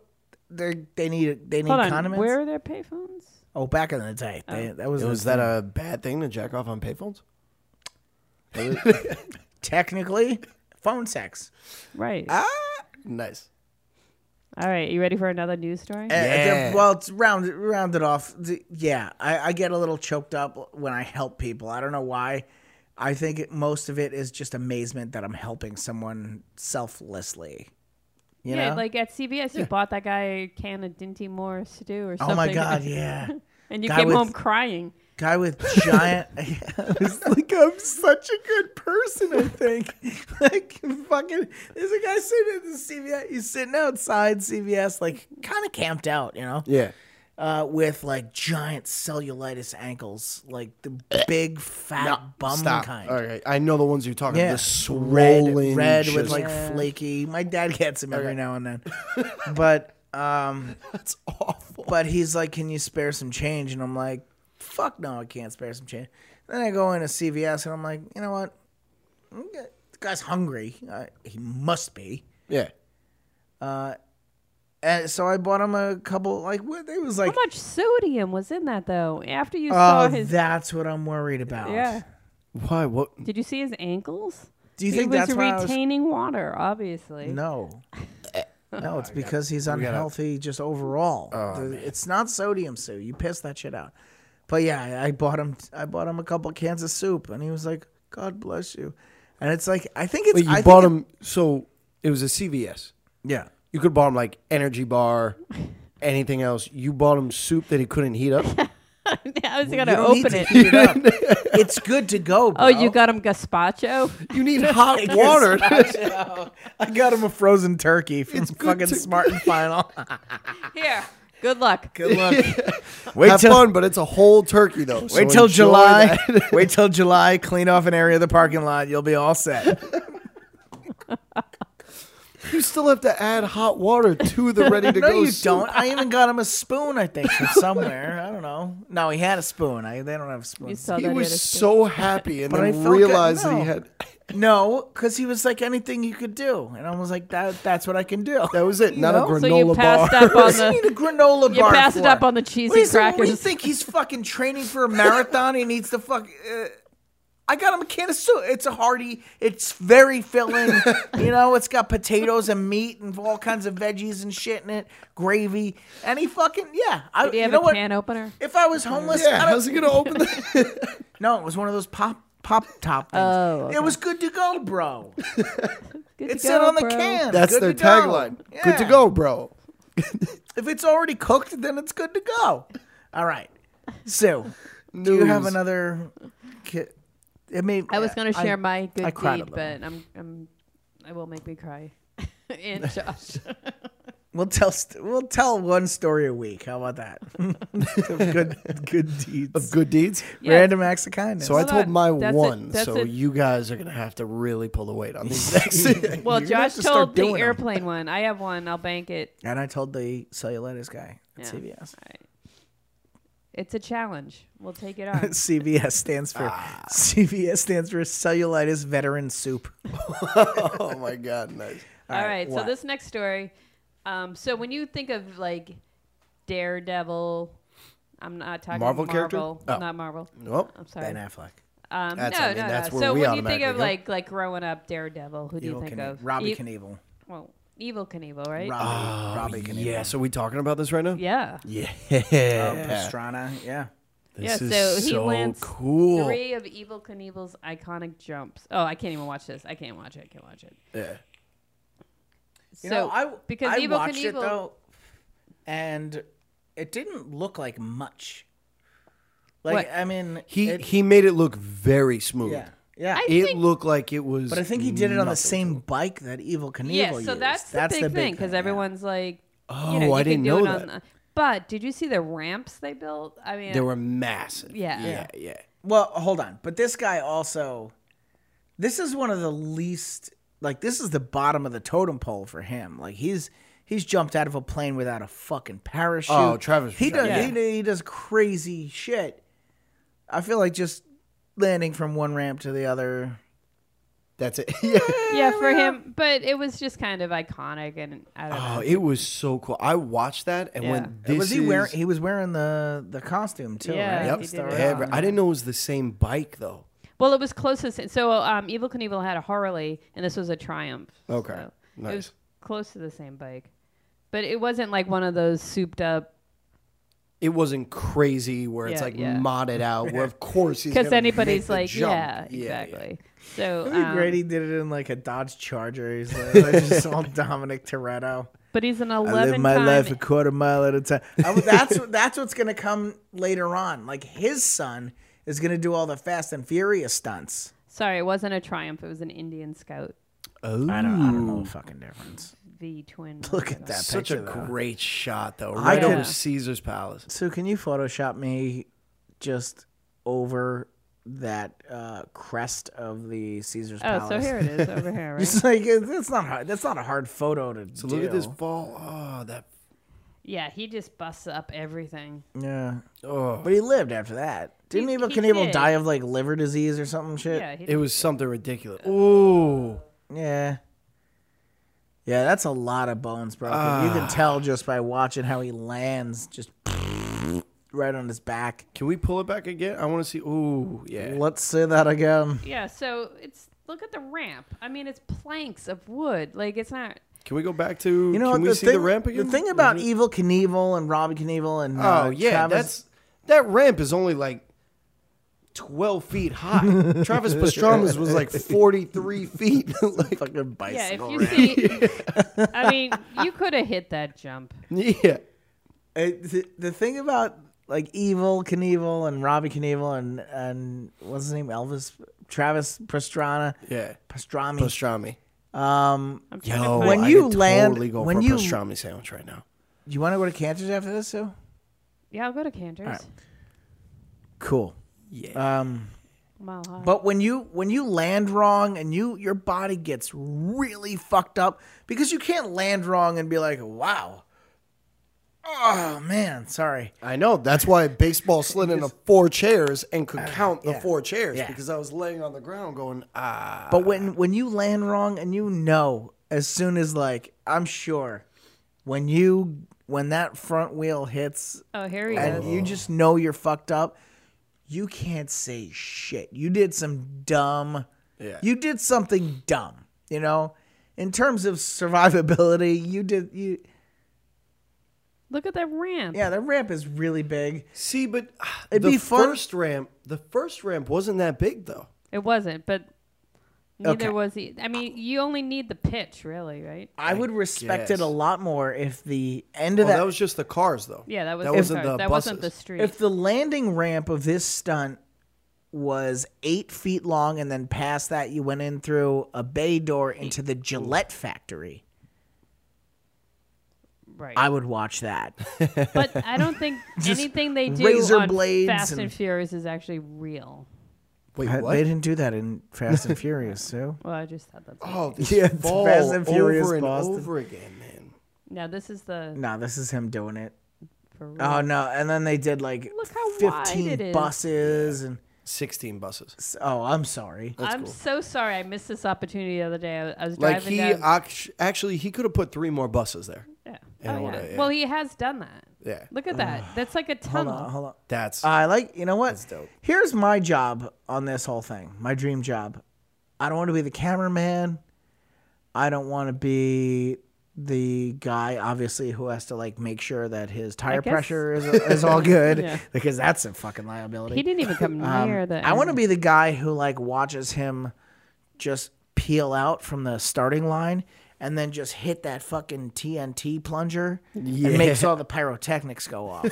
Speaker 2: They they need they need
Speaker 3: Hold on.
Speaker 2: condiments.
Speaker 3: Where are their payphones?
Speaker 2: Oh, back in the day, they, that was
Speaker 4: Was that uh, a bad thing to jack off on payphones?
Speaker 2: technically phone sex.
Speaker 3: Right.
Speaker 2: Ah.
Speaker 4: Nice.
Speaker 3: All right. You ready for another news story?
Speaker 2: Uh,
Speaker 4: Yeah.
Speaker 2: the- well, it's round rounded off. The- yeah, I, I get a little choked up when I help people. I don't know why. I think it- most of it is just amazement that I'm helping someone selflessly. You
Speaker 3: yeah,
Speaker 2: know?
Speaker 3: like at CBS, you bought that guy a can of Dinty Moore stew or something.
Speaker 2: oh my god, yeah.
Speaker 3: and you
Speaker 2: Guy
Speaker 3: came
Speaker 2: with-
Speaker 3: home crying.
Speaker 2: Guy with giant. I was like, I'm such a good person. I think. like fucking, there's a guy sitting at the CVS. He's sitting outside CVS, like kind of camped out, you know.
Speaker 4: Yeah.
Speaker 2: uh, with like giant cellulitis ankles, like the big fat bum
Speaker 4: Stop.
Speaker 2: kind.
Speaker 4: All right. I know the ones you're talking.
Speaker 2: Yeah,
Speaker 4: The swollen,
Speaker 2: red, red with
Speaker 4: just-
Speaker 2: like flaky. My dad gets them every now and then, but um,
Speaker 4: that's awful.
Speaker 2: but he's like, "Can you spare some change?" And I'm like, "Fuck no, I can't spare some change." Then I go into CVS and I'm like, "You know what? The guy's hungry. Uh, he must be."
Speaker 4: Yeah.
Speaker 2: And so I bought him a couple. Like what- it was like,
Speaker 3: How much sodium was in that though? After you
Speaker 2: "Oh,
Speaker 3: saw Oh his,
Speaker 2: that's what I'm worried about."
Speaker 3: yeah.
Speaker 4: Why? What?
Speaker 3: Did you see his ankles?
Speaker 2: Do you
Speaker 3: he
Speaker 2: think
Speaker 3: was
Speaker 2: that's why I was
Speaker 3: retaining water, obviously.
Speaker 2: No. No, it's because he's unhealthy just overall.
Speaker 4: Oh,
Speaker 2: The- it's not sodium, Sue. You piss that shit out. But yeah, I- I bought him. I bought him a couple cans of soup, and he was like, "God bless you." And it's like, I think it's.
Speaker 4: Wait, you
Speaker 2: I think
Speaker 4: bought
Speaker 2: it-
Speaker 4: them. So it was a CVS.
Speaker 2: yeah.
Speaker 4: You could bought him like energy bar, anything else. You bought him soup that he couldn't heat up.
Speaker 3: I was
Speaker 2: You
Speaker 3: gonna
Speaker 2: don't need
Speaker 3: open
Speaker 2: to
Speaker 3: it.
Speaker 2: heat it up. it's good to go. Bro.
Speaker 3: Oh, you got him gazpacho?
Speaker 4: You need hot water.
Speaker 2: I got him a frozen turkey from
Speaker 4: good
Speaker 2: fucking
Speaker 4: to-
Speaker 2: Smart and Final.
Speaker 3: Here. Good luck.
Speaker 2: good luck. Wait
Speaker 4: Have
Speaker 2: till
Speaker 4: fun, but it's a whole turkey though. so
Speaker 2: wait till
Speaker 4: enjoy
Speaker 2: July.
Speaker 4: that.
Speaker 2: wait till July. Clean off an area of the parking lot. You'll be all set.
Speaker 4: You still have to add hot water to the ready to
Speaker 2: No,
Speaker 4: go.
Speaker 2: you
Speaker 4: soup.
Speaker 2: don't. I even got him a spoon, I think, from somewhere. I don't know. No, he had a spoon. I they don't have
Speaker 3: You
Speaker 2: spoons.
Speaker 3: saw
Speaker 4: He
Speaker 3: that
Speaker 4: was
Speaker 3: other-
Speaker 4: so happy, and
Speaker 2: But I
Speaker 4: then
Speaker 2: felt good-
Speaker 4: realized that he
Speaker 2: no.
Speaker 4: had.
Speaker 2: No, because he was like anything you could do, and I was like, that. That's what I can do.
Speaker 4: That was it.
Speaker 2: You
Speaker 4: Not
Speaker 2: know?
Speaker 4: a
Speaker 2: So
Speaker 4: granola
Speaker 3: So you
Speaker 4: bar.
Speaker 3: passed up on
Speaker 2: Does he need a
Speaker 3: the
Speaker 2: granola
Speaker 3: You
Speaker 2: bar?
Speaker 3: passed it
Speaker 2: for?
Speaker 3: up on the cheese
Speaker 2: What do you
Speaker 3: and
Speaker 2: think- What do you
Speaker 3: crackers.
Speaker 2: think he's fucking training for a marathon? he needs to fuck. Uh, I got him a can of soup. It's a hearty. It's very filling. you know, it's got potatoes and meat and all kinds of veggies and shit in it, gravy, and he fucking yeah. I,
Speaker 3: Do you
Speaker 2: you
Speaker 3: have
Speaker 2: know
Speaker 3: a
Speaker 2: what?
Speaker 3: can opener?
Speaker 2: If I was homeless, I
Speaker 4: yeah,
Speaker 2: don't,
Speaker 4: how's he gonna open the?
Speaker 2: No, it was one of those pop pop top things.
Speaker 3: Oh, okay.
Speaker 2: It was good to go, bro.
Speaker 3: Good to
Speaker 2: It said on the
Speaker 3: bro.
Speaker 2: can.
Speaker 4: That's
Speaker 2: good
Speaker 4: their
Speaker 2: to go.
Speaker 4: tagline. Good
Speaker 2: Yeah.
Speaker 4: to go, bro.
Speaker 2: If it's already cooked, then it's good to go. All right. So, do you have
Speaker 4: News.
Speaker 2: another? Ki- it may,
Speaker 3: I was gonna share my good
Speaker 2: I cried a
Speaker 3: deed,
Speaker 2: little.
Speaker 3: but I'm I'm I will make me cry. and Josh.
Speaker 2: We'll tell. St- we'll tell one story a week. How about that? Of good, good
Speaker 4: Of
Speaker 2: deeds.
Speaker 4: good deeds.
Speaker 3: Yeah.
Speaker 2: Random acts of kindness.
Speaker 4: So I
Speaker 3: Hold
Speaker 4: told
Speaker 3: on.
Speaker 4: my
Speaker 3: That's a-
Speaker 4: one.
Speaker 3: that's
Speaker 4: so
Speaker 3: a-
Speaker 4: you guys are gonna have to really pull the weight on these next.
Speaker 3: Well,
Speaker 2: You're gonna have
Speaker 3: Josh
Speaker 2: to start
Speaker 3: told the
Speaker 2: doing 'em.
Speaker 3: airplane one. I have one. I'll bank it.
Speaker 2: and I told the cellulitis guy at
Speaker 3: Yeah.
Speaker 2: CVS.
Speaker 3: It's a challenge. We'll take it on.
Speaker 2: CVS stands for
Speaker 4: Ah.
Speaker 2: CVS stands for cellulitis veteran soup.
Speaker 4: oh my god, nice.
Speaker 3: All right.
Speaker 2: what?
Speaker 3: So this next story. Um, so when you think of like Daredevil, I'm not talking
Speaker 4: Marvel
Speaker 3: Marvel,
Speaker 4: character? Oh.
Speaker 3: not Marvel.
Speaker 4: Nope.
Speaker 3: I'm sorry.
Speaker 2: Affleck.
Speaker 3: Um,
Speaker 4: That's-
Speaker 3: no,
Speaker 4: I mean,
Speaker 3: no,
Speaker 4: that's
Speaker 3: no.
Speaker 4: where
Speaker 3: So
Speaker 4: we
Speaker 3: when you think
Speaker 4: automatically
Speaker 3: of
Speaker 4: go.
Speaker 3: like like growing up Daredevil, who do you
Speaker 2: Evil
Speaker 3: think
Speaker 2: Knievel.
Speaker 3: of?
Speaker 2: Robbie
Speaker 3: E-
Speaker 2: Knievel.
Speaker 3: Well, evil Knievel, right?
Speaker 2: Robbie,
Speaker 4: Oh,
Speaker 2: Robbie Knievel.
Speaker 4: Yeah. So we talking about this right now? Oh,
Speaker 3: Yeah.
Speaker 4: Yeah.
Speaker 2: Pastrana, yeah.
Speaker 4: This
Speaker 3: yeah,
Speaker 4: is
Speaker 3: so he lands
Speaker 4: cool.
Speaker 3: Three of Evil Knievel's iconic jumps. Oh, I can't even watch this. I can't watch it. I can't watch it.
Speaker 4: Yeah.
Speaker 3: So
Speaker 2: You know, I
Speaker 3: because
Speaker 2: I
Speaker 3: Evil
Speaker 2: watched
Speaker 3: Knievel,
Speaker 2: it though, and it didn't look like much. Like
Speaker 3: What?
Speaker 2: I mean,
Speaker 4: He
Speaker 2: it,
Speaker 4: he made it look very smooth.
Speaker 2: yeah, yeah.
Speaker 3: I-
Speaker 4: It
Speaker 3: think-
Speaker 4: looked like it was.
Speaker 2: but I think he did it on the
Speaker 4: nothing.
Speaker 2: same bike that Evil Knievel
Speaker 3: yeah. So
Speaker 2: used.
Speaker 3: that's the big thing because
Speaker 2: yeah.
Speaker 3: everyone's like,
Speaker 4: Oh,
Speaker 3: you know, you
Speaker 4: I
Speaker 3: can
Speaker 4: didn't
Speaker 3: do
Speaker 4: know
Speaker 3: it
Speaker 4: that.
Speaker 3: on the- but did you see the ramps they built? I mean,
Speaker 4: They were massive.
Speaker 3: Yeah.
Speaker 4: Yeah. Yeah.
Speaker 2: Well, hold on, but this guy also. This is one of the least like this is the bottom of the totem pole for him. Like he's he's jumped out of a plane without a fucking parachute.
Speaker 4: Oh, Travis
Speaker 2: He does
Speaker 4: Pastrana.
Speaker 2: he, he does crazy shit. I feel like just landing from one ramp to the other.
Speaker 4: That's it. yeah.
Speaker 3: yeah, for him. But it was just kind of iconic, and I don't
Speaker 4: Oh,
Speaker 3: know.
Speaker 4: it was so cool. I watched that and
Speaker 3: Yeah.
Speaker 4: went. This
Speaker 2: was he wearing?
Speaker 4: is-
Speaker 2: He was wearing the the costume too.
Speaker 3: Yeah,
Speaker 2: right?
Speaker 3: Yep.
Speaker 2: He
Speaker 3: he
Speaker 2: started
Speaker 3: did.
Speaker 2: out.
Speaker 4: Ever- I didn't know it was the same bike though.
Speaker 3: Well, it was closest. So um, Evil Knievel had a Harley, and this was a Triumph.
Speaker 4: Okay,
Speaker 3: so It
Speaker 4: nice.
Speaker 3: was close to the same bike, but it wasn't like one of those souped up.
Speaker 4: It wasn't crazy where it's
Speaker 3: Yeah,
Speaker 4: like
Speaker 3: yeah.
Speaker 4: modded out. Where of course he's
Speaker 3: Because
Speaker 4: gonna
Speaker 3: anybody's
Speaker 4: make the
Speaker 3: like,
Speaker 4: jump.
Speaker 3: yeah,
Speaker 4: yeah.
Speaker 3: exactly. So,
Speaker 2: It'd be
Speaker 3: um,
Speaker 2: great. He did it in like a Dodge Charger. He's like, I just saw Dominic Toretto.
Speaker 3: but he's an
Speaker 2: I
Speaker 3: eleven.
Speaker 2: live my
Speaker 3: time,
Speaker 2: life a quarter mile at a time. I would- that's that's what's gonna come later on. Like his son is gonna do all the Fast and Furious stunts.
Speaker 3: Sorry, it wasn't a Triumph. It was an Indian Scout
Speaker 4: Oh,
Speaker 2: I don't, I don't know the fucking difference.
Speaker 3: V twin.
Speaker 2: Look at that
Speaker 4: such a
Speaker 2: picture. though.
Speaker 4: great shot though.
Speaker 2: I
Speaker 4: Right
Speaker 2: could-
Speaker 4: over Caesar's Palace.
Speaker 2: So can you Photoshop me just over that uh, crest of the Caesar's
Speaker 3: Oh,
Speaker 2: Palace?
Speaker 3: so here it is over here, right?
Speaker 2: It's like it- that's not hard. That's not a hard photo to
Speaker 4: So
Speaker 2: do.
Speaker 4: look at this fall. Oh, that.
Speaker 3: yeah, he just busts up everything.
Speaker 2: Yeah,
Speaker 4: Oh,
Speaker 2: but he lived after that. Didn't
Speaker 3: He-
Speaker 2: Evil
Speaker 3: he
Speaker 2: Knievel
Speaker 3: did.
Speaker 2: die of like liver disease or something? Shit.
Speaker 3: Yeah, he
Speaker 4: it was something ridiculous. Oh,
Speaker 2: Yeah. Yeah, that's a lot of bones broken. you
Speaker 4: Ah.
Speaker 2: can tell just by watching how he lands, just right on his back.
Speaker 4: can we pull it back again? I want to see. Oh, yeah.
Speaker 2: Let's say that again.
Speaker 3: Yeah, so it's look at the ramp. I mean, it's planks of wood. Like it's not.
Speaker 4: Can we go back to?
Speaker 2: You know what?
Speaker 4: can we
Speaker 2: the,
Speaker 4: see
Speaker 2: thing,
Speaker 4: the ramp again? Mm-hmm.
Speaker 2: the thing about Evil Knievel and Robbie Knievel and uh,
Speaker 4: Oh yeah,
Speaker 2: Travis,
Speaker 4: that's that ramp is only like twelve feet high. Travis Pastrana's was like forty three feet. like,
Speaker 2: fucking
Speaker 3: Yeah, if
Speaker 2: bicycle.
Speaker 3: you see, I mean, you could have hit that jump.
Speaker 4: yeah,
Speaker 2: It- the, the thing about like Evil Knievel and Robbie Knievel and and what's his name Elvis Travis Pastrana
Speaker 4: yeah.
Speaker 2: Pastrami.
Speaker 4: Pastrami.
Speaker 2: um,
Speaker 3: I'm trying
Speaker 4: Yo,
Speaker 3: to find,
Speaker 2: When
Speaker 4: I
Speaker 2: you
Speaker 4: could
Speaker 2: land-
Speaker 4: totally go
Speaker 2: when
Speaker 4: for
Speaker 2: you-
Speaker 4: a pastrami sandwich right now.
Speaker 2: you want to go to Cantor's after this, Sue?
Speaker 3: yeah, I'll go to Cantor's.
Speaker 2: right. Cool.
Speaker 4: Yeah,
Speaker 2: Um.
Speaker 3: Mile high.
Speaker 2: But when you when you land wrong and you your body gets really fucked up because you can't land wrong and be like, "Wow, oh man, sorry."
Speaker 4: I know. That's why baseball slid into four chairs and could count the
Speaker 2: yeah.
Speaker 4: four chairs
Speaker 2: Yeah.
Speaker 4: because I was laying on the ground going ah.
Speaker 2: But when when you land wrong and you know as soon as like I'm sure when you when that front wheel hits
Speaker 3: oh, here he
Speaker 2: and
Speaker 3: goes.
Speaker 2: you just know you're fucked up, you can't say shit. You did some dumb.
Speaker 4: Yeah.
Speaker 2: You did something dumb. You know, in terms of survivability, you did you.
Speaker 3: Look at that ramp.
Speaker 2: Yeah, the ramp is really big.
Speaker 4: See, but ah,
Speaker 2: It'd
Speaker 4: the
Speaker 2: be fun-
Speaker 4: first ramp, the first ramp wasn't that big though.
Speaker 3: It wasn't, but neither
Speaker 2: Okay.
Speaker 3: was he. I mean, you only need the pitch, really, right?
Speaker 2: I would respect
Speaker 4: guess.
Speaker 2: it a lot more if the end of
Speaker 4: Oh,
Speaker 2: that,
Speaker 4: that was just the cars though.
Speaker 3: Yeah, that was
Speaker 4: that
Speaker 3: the
Speaker 4: wasn't
Speaker 3: car-
Speaker 4: the
Speaker 3: that wasn't the
Speaker 4: buses.
Speaker 3: street.
Speaker 2: if the landing ramp of this stunt was eight feet long and then past that you went in through a bay door into the Gillette factory.
Speaker 3: right,
Speaker 2: I would watch that.
Speaker 3: but I don't think anything they do
Speaker 2: razor
Speaker 3: on
Speaker 2: blades
Speaker 3: Fast and,
Speaker 2: and-
Speaker 3: Furious is actually real.
Speaker 4: Wait,
Speaker 2: I-
Speaker 4: what?
Speaker 2: They didn't do that in Fast and Furious, so
Speaker 3: Well, I just thought that's.
Speaker 4: Oh, this
Speaker 2: Yeah,
Speaker 4: yeah,
Speaker 2: it's
Speaker 4: fall
Speaker 2: Fast and Furious
Speaker 4: over and
Speaker 2: Boston.
Speaker 4: over again, man.
Speaker 3: Now this is the
Speaker 2: no, this is him doing it.
Speaker 3: for real.
Speaker 2: Oh no! And then they did like
Speaker 3: Look how wide it
Speaker 2: fifteen
Speaker 3: is.
Speaker 2: buses and
Speaker 4: Sixteen buses.
Speaker 2: oh, I'm sorry.
Speaker 3: I'm so sorry. I missed this opportunity the other day. I was, I was
Speaker 4: Like
Speaker 3: driving
Speaker 4: he
Speaker 3: down.
Speaker 4: act- actually, he could have put three more buses there.
Speaker 3: yeah.
Speaker 4: Yeah,
Speaker 3: Oh,
Speaker 4: what
Speaker 3: yeah.
Speaker 4: a- yeah.
Speaker 3: Well, he has done that.
Speaker 4: Yeah,
Speaker 3: Look at that. That's like a
Speaker 2: Hold
Speaker 3: tunnel.
Speaker 2: on, hold on.
Speaker 4: that's
Speaker 2: I like you know what?
Speaker 4: dope.
Speaker 2: Here's my job on this whole thing. My dream job. I don't want to be the cameraman. I don't want to be the guy obviously who has to like make sure that his tire
Speaker 3: guess-
Speaker 2: pressure is, is all good
Speaker 3: Yeah.
Speaker 2: because that's a fucking liability.
Speaker 3: He didn't even come near the.
Speaker 2: Um, I want to be the guy who like watches him just peel out from the starting line and then just hit that fucking TNT plunger and makes all the pyrotechnics go off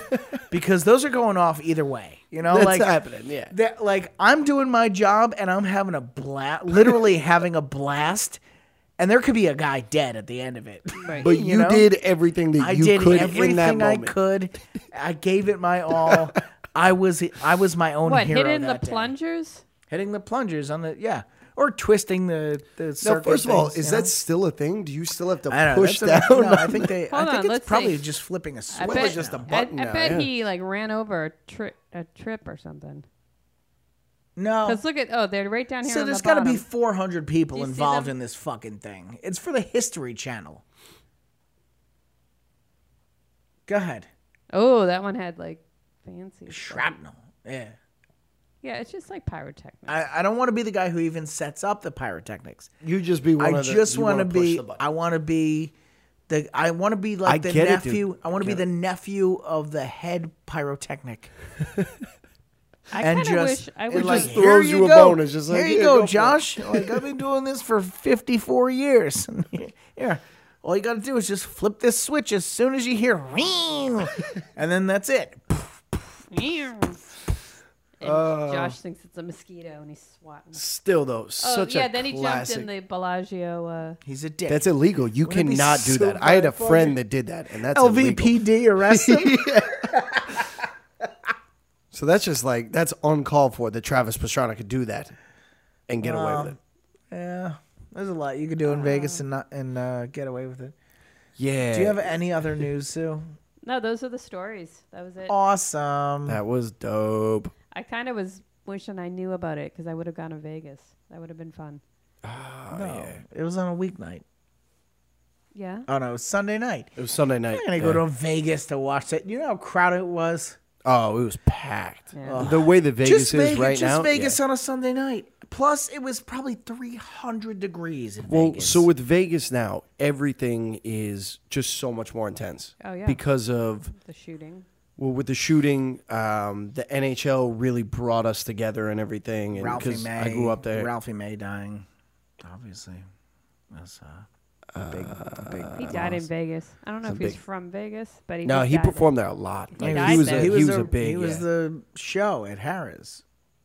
Speaker 2: because those are going off either way. You know,
Speaker 4: that's
Speaker 2: like
Speaker 4: happening. Yeah,
Speaker 2: that like I'm doing my job and I'm having a blast, literally having a blast, and there could be a guy dead at the end of it.
Speaker 3: Right.
Speaker 4: but you,
Speaker 2: know?
Speaker 4: did everything that
Speaker 2: I
Speaker 4: you
Speaker 2: did
Speaker 4: could in
Speaker 2: everything
Speaker 4: that
Speaker 2: I
Speaker 4: moment.
Speaker 2: could. I gave it my all. I was I was my own
Speaker 3: what
Speaker 2: hero.
Speaker 3: hit in the
Speaker 2: that day
Speaker 3: plungers?
Speaker 2: hitting the plungers on the yeah. or twisting the the
Speaker 4: Now,
Speaker 2: circuit
Speaker 4: first of all,
Speaker 2: things,
Speaker 4: is
Speaker 2: you
Speaker 4: that
Speaker 2: know?
Speaker 4: still a thing? Do you still have to
Speaker 2: I don't know.
Speaker 4: push
Speaker 2: That's a-
Speaker 4: down?
Speaker 2: no, I think they.
Speaker 3: Hold
Speaker 2: I
Speaker 3: on,
Speaker 2: think
Speaker 3: let's
Speaker 2: it's probably
Speaker 3: see.
Speaker 2: just flipping a
Speaker 3: I
Speaker 2: switch.
Speaker 4: Well,
Speaker 3: bet,
Speaker 4: it's just a
Speaker 3: I-
Speaker 4: button
Speaker 3: I,
Speaker 4: now,
Speaker 3: bet
Speaker 4: yeah.
Speaker 3: he like ran over a, tri- a trip or something.
Speaker 2: No,
Speaker 3: Cause look at oh, they're right down here.
Speaker 2: so
Speaker 3: on
Speaker 2: there's
Speaker 3: the got to
Speaker 2: be 400 people
Speaker 3: you see
Speaker 2: involved
Speaker 3: them?
Speaker 2: in this fucking thing. It's for the History Channel. Go ahead.
Speaker 3: Oh, that one had like fancy. stuff.
Speaker 2: Shrapnel. Yeah.
Speaker 3: Yeah, it's just like pyrotechnics.
Speaker 2: I, I don't want to be the guy who even sets up the pyrotechnics.
Speaker 4: You just be one
Speaker 2: I
Speaker 4: of the,
Speaker 2: just
Speaker 4: you
Speaker 2: want to
Speaker 4: wanna push
Speaker 2: be.
Speaker 4: the button.
Speaker 2: I want to be the. I want to be like
Speaker 4: I
Speaker 2: the
Speaker 4: get it, dude.
Speaker 2: nephew. I want to be
Speaker 4: Get
Speaker 2: the nephew of the head pyrotechnic. and
Speaker 3: I kind of
Speaker 2: just-
Speaker 3: wish I
Speaker 2: and
Speaker 3: would
Speaker 4: like-
Speaker 3: like.
Speaker 4: Just throws
Speaker 2: "Here
Speaker 4: you a bone. It's just like,
Speaker 2: here you
Speaker 4: "Yeah,
Speaker 2: go,
Speaker 4: go for it."
Speaker 2: Josh. like I've been doing this for 54 years. yeah. All you got to do is just flip this switch as soon as you hear ring, and then that's it.
Speaker 3: And
Speaker 2: Oh.
Speaker 3: Josh thinks it's a mosquito, and he's swatting.
Speaker 4: Still though,
Speaker 3: Oh
Speaker 4: such
Speaker 3: yeah,
Speaker 4: a
Speaker 3: then he
Speaker 4: classic.
Speaker 3: jumped in the Bellagio. Uh,
Speaker 2: He's a dick.
Speaker 4: That's illegal. You
Speaker 2: Wouldn't it be
Speaker 4: cannot do
Speaker 2: so
Speaker 4: that. I had a
Speaker 2: bad for
Speaker 4: friend that did that, and that's illegal.
Speaker 2: LVPD arrest him.
Speaker 4: So that's just like that's uncalled for that Travis Pastrana could do that and get away with it.
Speaker 2: yeah, there's a lot you could do in Vegas and not and uh, get away with it.
Speaker 4: Yeah.
Speaker 2: Do you have any other news, Sue?
Speaker 3: no, those are the stories. That was it.
Speaker 2: Awesome.
Speaker 4: that was dope.
Speaker 3: I kind of was wishing I knew about it because I would have gone to Vegas. That would have been fun.
Speaker 2: no, it was on a weeknight.
Speaker 3: Yeah.
Speaker 2: Oh no, it was Sunday night.
Speaker 4: It was Sunday night. eh.
Speaker 2: I'm gonna
Speaker 4: yeah.
Speaker 2: go to Vegas to watch that. You know how crowded it was.
Speaker 4: Oh, it was packed.
Speaker 3: Yeah. Ugh.
Speaker 4: The way that Vegas
Speaker 2: just
Speaker 4: is
Speaker 2: Vegas,
Speaker 4: right
Speaker 2: just
Speaker 4: now. yeah.
Speaker 2: Vegas on a Sunday night. Plus, it was probably 300 degrees in
Speaker 4: Well,
Speaker 2: Vegas.
Speaker 4: so with Vegas now, everything is just so much more intense.
Speaker 3: Oh, yeah.
Speaker 4: Because of
Speaker 3: The shooting.
Speaker 4: well, with the shooting, um, the NHL really brought us together and everything. And
Speaker 2: Ralphie
Speaker 4: 'cause
Speaker 2: May,
Speaker 4: I grew up there.
Speaker 2: Ralphie May dying, obviously. That's uh, a big, a big.
Speaker 3: He died in Vegas. I don't know if he's
Speaker 4: big-
Speaker 3: from Vegas, but he
Speaker 4: no,
Speaker 3: just
Speaker 4: he
Speaker 3: died there.
Speaker 4: performed there a lot. Like,
Speaker 3: died
Speaker 4: was
Speaker 3: there.
Speaker 4: a,
Speaker 3: He
Speaker 4: he was
Speaker 2: the-
Speaker 4: a big.
Speaker 2: He was
Speaker 4: yeah.
Speaker 2: the show at Harris.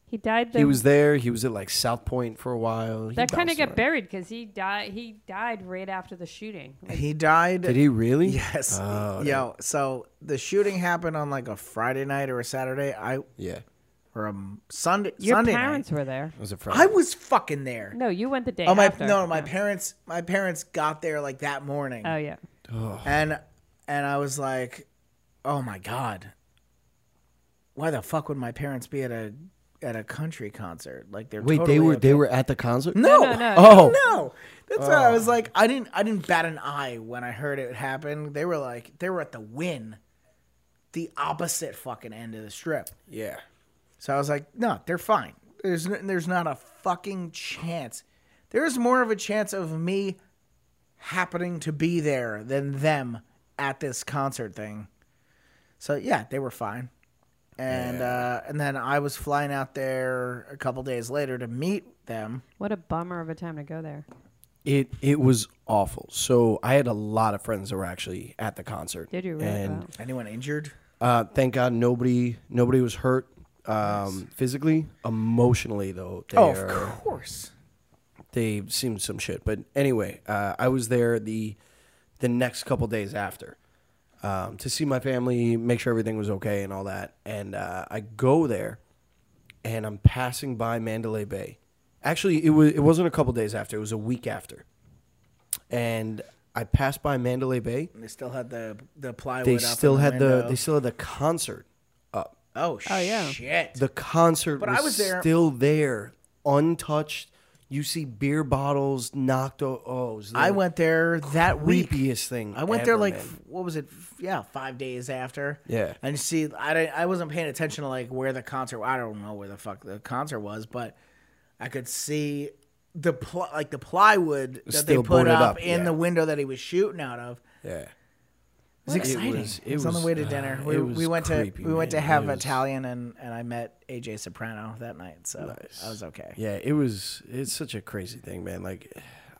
Speaker 3: He died. The,
Speaker 4: He was there. He was at like South Point for a while. He
Speaker 3: that kind of
Speaker 4: bounced
Speaker 3: got
Speaker 4: around.
Speaker 3: buried because he died. He died right after the shooting. Like,
Speaker 2: He died.
Speaker 4: Did he really?
Speaker 2: Yes.
Speaker 4: Oh,
Speaker 2: Yo. So the shooting happened on like a Friday night or a Saturday. I
Speaker 4: yeah.
Speaker 2: or a m- Sunday.
Speaker 3: your
Speaker 2: Sunday
Speaker 3: parents
Speaker 2: night.
Speaker 3: were there.
Speaker 4: It was a
Speaker 2: I
Speaker 4: Friday.
Speaker 2: was fucking there.
Speaker 3: No, you went the day
Speaker 2: oh my!
Speaker 3: after.
Speaker 2: No, my parents. My parents got there like that morning.
Speaker 3: Oh yeah.
Speaker 2: and and I was like, "Oh my god, why the fuck would my parents be at a at a country concert? Like they're
Speaker 4: Wait,
Speaker 2: totally
Speaker 4: they were
Speaker 2: okay.
Speaker 4: they were at the concert.
Speaker 2: no
Speaker 3: No, no, no.
Speaker 4: Oh.
Speaker 2: no. That's why I was like, I didn't I didn't bat an eye when I heard it happen. They were like they were at the win, the opposite fucking end of the strip.
Speaker 4: Yeah.
Speaker 2: So I was like, no, they're fine. There's n- there's not a fucking chance. There's more of a chance of me happening to be there than them at this concert thing. So yeah, they were fine. And uh, and then I was flying out there a couple days later to meet them.
Speaker 3: What a bummer of a time to go there.
Speaker 4: It it was awful. So I had a lot of friends that were actually at the concert.
Speaker 3: Did you really?
Speaker 4: And
Speaker 3: Wow.
Speaker 2: Anyone injured?
Speaker 4: uh, thank God nobody nobody was hurt um, physically. Emotionally though, they
Speaker 2: Oh,
Speaker 4: are-
Speaker 2: of course.
Speaker 4: they've seen some shit. But anyway, uh, I was there the the next couple days after um, to see my family, make sure everything was okay and all that. And uh, I go there, and I'm passing by Mandalay Bay. Actually, it was it wasn't a couple days after; it was a week after. And I passed by Mandalay Bay.
Speaker 2: And they still had the the plywood.
Speaker 4: They
Speaker 2: up in
Speaker 4: still
Speaker 2: the
Speaker 4: had the
Speaker 2: window.
Speaker 4: they still had the concert up.
Speaker 2: oh,
Speaker 3: Oh, yeah.
Speaker 2: shit.
Speaker 4: The concert
Speaker 2: But
Speaker 4: was,
Speaker 2: I was there-
Speaker 4: still there, untouched. You see beer bottles knocked. O- oh, it was
Speaker 2: I
Speaker 4: the-
Speaker 2: went there that week.
Speaker 4: creepiest thing.
Speaker 2: I went there
Speaker 4: ever,
Speaker 2: like
Speaker 4: man.
Speaker 2: f- what was it? F- Yeah, five days after.
Speaker 4: Yeah.
Speaker 2: and you see, I didn't, I wasn't paying attention to like where the concert. I don't know where the fuck the concert was, but I could see the pl- like the plywood that
Speaker 4: Still
Speaker 2: they put
Speaker 4: boarded
Speaker 2: up,
Speaker 4: up,
Speaker 2: in
Speaker 4: yeah.
Speaker 2: the window that he was shooting out of.
Speaker 4: yeah.
Speaker 2: It was exciting. It was,
Speaker 4: was- it
Speaker 2: on the
Speaker 4: was-
Speaker 2: way to
Speaker 4: uh,
Speaker 2: dinner.
Speaker 4: it
Speaker 2: we,
Speaker 4: was
Speaker 2: we went
Speaker 4: creepy,
Speaker 2: to we went to
Speaker 4: man.
Speaker 2: have
Speaker 4: It was-
Speaker 2: Italian and and I met AJ Soprano that night, so I was okay.
Speaker 4: Yeah, it was it's such a crazy thing, man. Like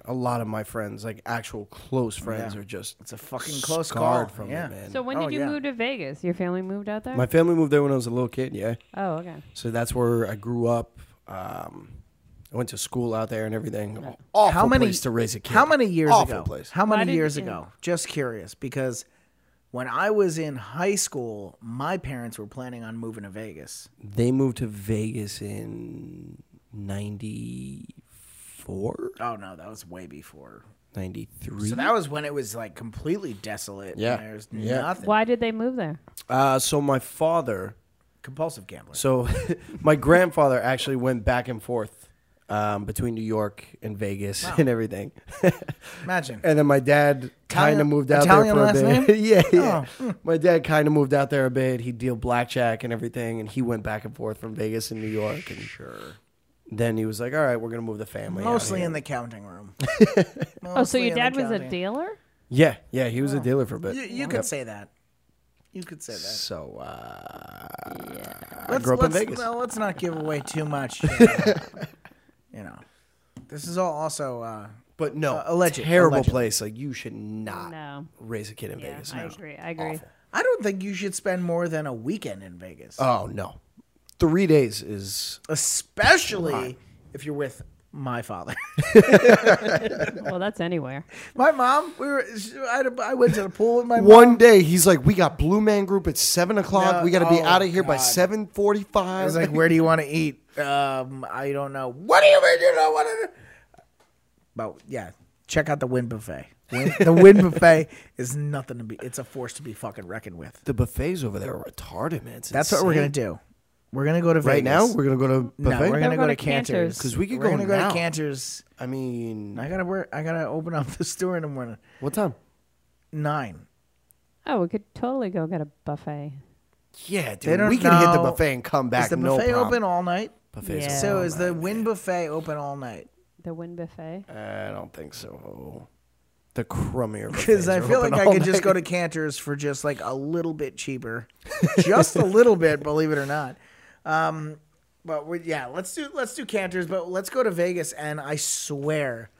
Speaker 4: a lot of my friends, like actual close friends
Speaker 2: Yeah.
Speaker 4: are just
Speaker 2: It's a fucking close
Speaker 4: scarred
Speaker 2: call.
Speaker 4: from
Speaker 2: yeah.
Speaker 4: it, man.
Speaker 3: So when
Speaker 2: Oh,
Speaker 3: did you
Speaker 2: yeah.
Speaker 3: move to Vegas? Your family moved out there?
Speaker 4: my family moved there when I was a little kid, yeah.
Speaker 3: oh, okay.
Speaker 4: So that's where I grew up. Um I went to school out there and everything. Awful
Speaker 2: how many
Speaker 4: place to raise a kid.
Speaker 2: How many years
Speaker 4: Awful
Speaker 2: ago?
Speaker 4: place.
Speaker 2: How many
Speaker 3: did-
Speaker 2: years
Speaker 3: yeah.
Speaker 2: ago? Just curious because when I was in high school, my parents were planning on moving to Vegas.
Speaker 4: They moved to Vegas in ninety 94?
Speaker 2: Oh no, that was way before.
Speaker 4: 93.
Speaker 2: So that was when it was like completely desolate.
Speaker 4: Yeah.
Speaker 2: and there's
Speaker 4: Yeah.
Speaker 2: nothing.
Speaker 3: Why did they move there?
Speaker 4: uh, so my father,
Speaker 2: Compulsive gambler.
Speaker 4: so my grandfather actually went back and forth um, between New York and Vegas and everything.
Speaker 2: Imagine.
Speaker 4: And then my dad
Speaker 2: Italian-
Speaker 4: kind of moved out
Speaker 2: Italian
Speaker 4: there
Speaker 2: last
Speaker 4: for
Speaker 2: name?
Speaker 4: a bit.
Speaker 2: Oh, hmm.
Speaker 4: yeah, yeah. My dad kind of moved out there a bit. He'd deal blackjack and everything, and he went back and forth from Vegas and New York. And sure. Then he was like, "All right, we're gonna move the family." out
Speaker 2: Mostly
Speaker 4: here."
Speaker 2: in the counting room.
Speaker 3: Oh, so
Speaker 2: Mostly
Speaker 3: your
Speaker 2: in the
Speaker 3: dad was a
Speaker 2: counting.
Speaker 3: dealer?
Speaker 4: Yeah, yeah. He was
Speaker 2: Oh.
Speaker 4: a dealer for a bit.
Speaker 2: You, you could say that. You could say that.
Speaker 4: So uh, I
Speaker 2: Let's-
Speaker 4: grew up in
Speaker 2: let's-
Speaker 4: Vegas.
Speaker 2: No, let's not give away too much. You know, You know. this is all also. Uh,
Speaker 4: But no,
Speaker 2: Uh, alleged-
Speaker 4: terrible
Speaker 2: alleged.
Speaker 4: place. Like you should not
Speaker 3: No.
Speaker 4: raise a kid in
Speaker 3: Yeah,
Speaker 4: Vegas.
Speaker 3: I
Speaker 4: No.
Speaker 3: agree. I agree.
Speaker 2: I don't think you should spend more than a weekend in Vegas,
Speaker 4: Oh no, three days is
Speaker 2: especially if you're with my father.
Speaker 3: Well, that's anywhere.
Speaker 2: my mom. We were. she- I, had a- I went to the pool with my mom.
Speaker 4: one day. He's like, we got Blue Man Group at seven o'clock.
Speaker 2: No,
Speaker 4: we got to be
Speaker 2: oh,
Speaker 4: out of here by
Speaker 2: God.
Speaker 4: seven
Speaker 2: I
Speaker 4: forty-five.
Speaker 2: was like, "Where do you want to eat?" Um, I don't know. What do you mean you don't want to? But yeah, check out the Wind Buffet. Wynn- the Wind Buffet is nothing to be. It's a force to be fucking reckoned with.
Speaker 4: the buffets over there are retarded, man. It's
Speaker 2: That's what we're gonna
Speaker 4: insane.
Speaker 2: do. We're gonna go to Vegas.
Speaker 4: right now. We're gonna go to
Speaker 2: no,
Speaker 4: buffet.
Speaker 2: we're gonna
Speaker 3: We're
Speaker 2: go,
Speaker 3: going
Speaker 2: to
Speaker 3: to Cantor's.
Speaker 2: Cantor's
Speaker 4: 'Cause we could
Speaker 2: We're
Speaker 4: go
Speaker 2: gonna go
Speaker 4: now.
Speaker 2: to Cantor's.
Speaker 4: I mean,
Speaker 2: I gotta work. I gotta open up the store in the morning.
Speaker 4: what time?
Speaker 2: Nine.
Speaker 3: Oh, we could totally go get a buffet.
Speaker 4: Yeah, dude,
Speaker 2: They don't
Speaker 4: we can hit the
Speaker 2: know-
Speaker 4: buffet and come back.
Speaker 2: Is the
Speaker 4: no
Speaker 2: buffet
Speaker 4: problem.
Speaker 2: open all night?
Speaker 4: Buffets
Speaker 3: Yeah.
Speaker 2: So
Speaker 4: open
Speaker 2: is
Speaker 4: all
Speaker 2: the
Speaker 4: night.
Speaker 2: Wind Buffet open all night?
Speaker 3: The Wind Buffet.
Speaker 4: I don't think so. The crummier
Speaker 2: Because
Speaker 4: buffets
Speaker 2: I
Speaker 4: are
Speaker 2: feel
Speaker 4: open
Speaker 2: like I
Speaker 4: all
Speaker 2: could
Speaker 4: night.
Speaker 2: just go to Cantor's for just like a little bit cheaper, just a little bit, believe it or not. Um, but we yeah, let's do let's do Cantor's, but let's go to Vegas, and I swear,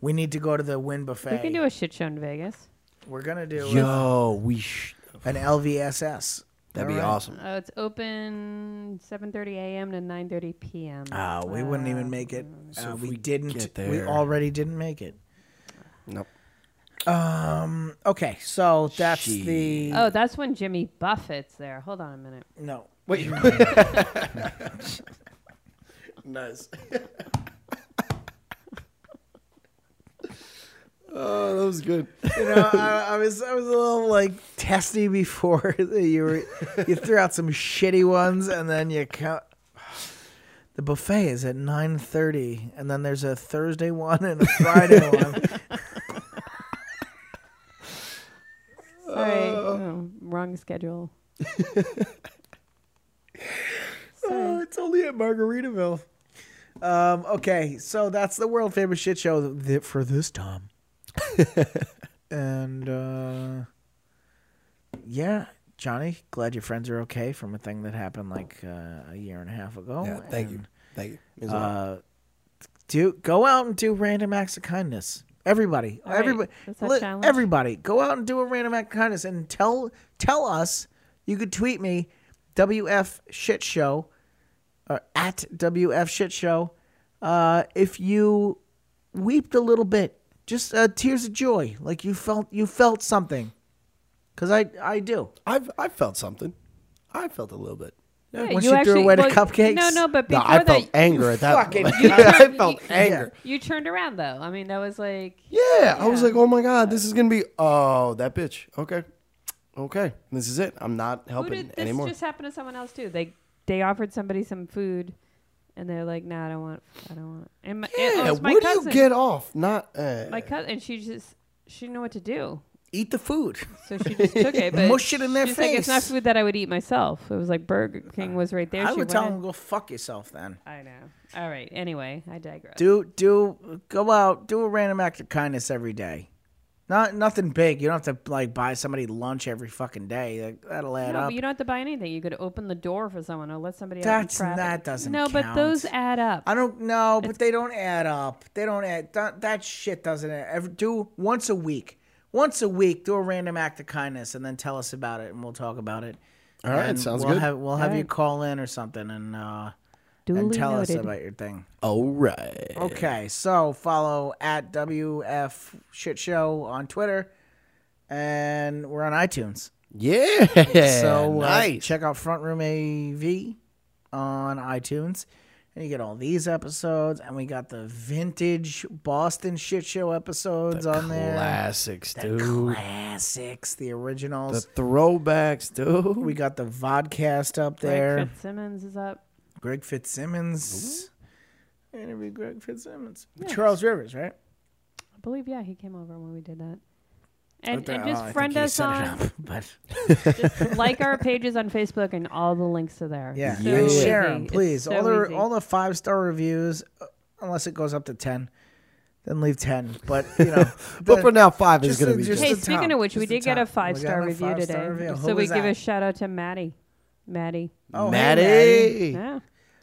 Speaker 2: we need to go to the Wind Buffet.
Speaker 3: We can do a shit show in Vegas.
Speaker 2: We're gonna do uh,
Speaker 4: Yo, we. Sh-
Speaker 2: an LVSS.
Speaker 4: That'd be
Speaker 2: All right.
Speaker 4: awesome.
Speaker 3: Oh, it's open 7:30 a.m. to 9:30 p.m.
Speaker 4: Ah.
Speaker 2: Uh, we wouldn't even make it. uh,
Speaker 4: if
Speaker 2: we,
Speaker 4: we
Speaker 2: didn't.
Speaker 4: get
Speaker 2: We
Speaker 4: there-
Speaker 2: already didn't make it.
Speaker 4: Nope.
Speaker 2: Okay, so that's the
Speaker 3: oh, that's when Jimmy Buffett's there. Hold on a minute.
Speaker 2: no.
Speaker 4: Wait. nice. oh, that was good.
Speaker 2: You know, I, I was I was a little like testy before that you were you threw out some shitty ones and then you count. The buffet is at nine thirty, and then there's a Thursday one and a Friday one.
Speaker 4: Uh.
Speaker 3: Sorry, oh, wrong schedule.
Speaker 2: Oh, it's only at Margaritaville. Um, okay, so that's the world famous shit show th- for this time. and uh, yeah, Johnny, glad your friends are okay from a thing that happened like uh, a year and a half ago.
Speaker 4: Yeah, thank you.
Speaker 2: And,
Speaker 4: Thank you. Oh, Means a lot.
Speaker 2: Uh, do go out and do random acts of kindness. Everybody,
Speaker 3: All right,
Speaker 2: everybody,
Speaker 3: that's our
Speaker 2: li-
Speaker 3: challenge.
Speaker 2: everybody, go out and do a random act of kindness and tell tell us. You could tweet me, WF Shit Show, or at WF Shit Show, uh, if you weeped a little bit, just uh, tears of joy, like you felt you felt something, because I I do.
Speaker 4: I've I felt something. I felt a little bit.
Speaker 3: Yeah,
Speaker 2: once you threw away the cupcakes?
Speaker 3: No, no, but
Speaker 4: No,
Speaker 3: before
Speaker 4: I felt
Speaker 3: that,
Speaker 4: anger at that.
Speaker 2: fucking
Speaker 4: point.
Speaker 2: You
Speaker 4: I
Speaker 3: turned-
Speaker 4: felt
Speaker 3: you-
Speaker 4: anger.
Speaker 3: you turned around though. I mean, that was like
Speaker 4: Yeah. I was like, oh my god, this is gonna be. Oh, that bitch. Okay. Okay. This is it. I'm not
Speaker 3: Who
Speaker 4: helping
Speaker 3: did this
Speaker 4: anymore.
Speaker 3: just happen to someone else too? They they offered somebody some food, and they're like, "No, I don't want. I don't want." And my, it
Speaker 4: Yeah,
Speaker 3: was my
Speaker 4: where do
Speaker 3: cousin.
Speaker 4: you get off? Not uh,
Speaker 3: my cousin? And she just she didn't know what to do,
Speaker 2: Eat the food.
Speaker 3: so she just took it. But
Speaker 2: Mush it in their
Speaker 3: she's Like, it's not
Speaker 2: face."
Speaker 3: food that I would eat myself. It was like Burger King was right there.
Speaker 2: I
Speaker 3: she
Speaker 2: would tell
Speaker 3: went
Speaker 2: them go fuck yourself then.
Speaker 3: in- I know. All right. Anyway, I digress.
Speaker 2: do do go out do a random act of kindness every day not nothing big you don't have to like buy somebody lunch every fucking day Like, that'll add
Speaker 3: no,
Speaker 2: up
Speaker 3: but you don't have to buy anything. You could open the door for someone or let somebody.
Speaker 2: That's-
Speaker 3: out in traffic.
Speaker 2: that doesn't
Speaker 3: No, but
Speaker 2: count.
Speaker 3: those add up.
Speaker 2: i don't know but they don't add up they don't add that, that shit doesn't add, ever, do once a week once a week do a random act of kindness and then tell us about it and we'll talk about it
Speaker 4: All right,
Speaker 2: And
Speaker 4: sounds
Speaker 2: we'll
Speaker 4: good.
Speaker 2: have, we'll have you
Speaker 3: right.
Speaker 2: call in or something and uh and
Speaker 3: Duly
Speaker 2: tell
Speaker 3: noted.
Speaker 2: us about your thing
Speaker 4: all right.
Speaker 3: Oh.
Speaker 2: Okay, so follow at WF Shit Show on Twitter, and we're on iTunes.
Speaker 4: Yeah.
Speaker 2: so uh,
Speaker 4: nice.
Speaker 2: check out Front Room AV on iTunes, And you get all these episodes, and we got the vintage Boston shit show episodes on there.
Speaker 4: Classics,
Speaker 2: The
Speaker 4: dude.
Speaker 2: classics, the
Speaker 4: the
Speaker 2: originals.
Speaker 4: throwbacks, dude.
Speaker 2: we got the vodcast up there.
Speaker 3: Greg Fitzsimmons is up.
Speaker 2: Greg Fitzsimmons. Interview Greg Fitzsimmons. Charles Rivers, right?
Speaker 3: I believe, yeah, he came over when we did that. And,
Speaker 2: Oh,
Speaker 3: and
Speaker 2: I
Speaker 3: just
Speaker 2: think
Speaker 3: friend
Speaker 2: he
Speaker 3: us
Speaker 2: set it
Speaker 3: on,
Speaker 2: up, but
Speaker 3: just like our pages on Facebook, and all the links are there.
Speaker 2: yeah,
Speaker 3: It's so
Speaker 2: and
Speaker 3: easy.
Speaker 2: share them,
Speaker 3: It's
Speaker 2: please.
Speaker 3: so
Speaker 2: all the
Speaker 3: easy.
Speaker 2: all the five star reviews, uh, unless it goes up to ten, then leave ten. But you know,
Speaker 4: but
Speaker 2: the-
Speaker 4: for now, five is
Speaker 2: just
Speaker 4: going
Speaker 2: a-
Speaker 4: to be
Speaker 2: just
Speaker 4: good.
Speaker 3: hey,
Speaker 2: the
Speaker 3: speaking
Speaker 2: top,
Speaker 3: of which, we
Speaker 2: just the
Speaker 3: did get a
Speaker 2: top. We got
Speaker 3: five
Speaker 2: a
Speaker 3: star review
Speaker 2: five-star
Speaker 3: today,
Speaker 2: review. Who
Speaker 3: so we
Speaker 2: was
Speaker 3: give
Speaker 2: that?
Speaker 3: a shout out to Maddie. Maddie,
Speaker 2: oh, hey,
Speaker 4: Maddie.
Speaker 3: yeah,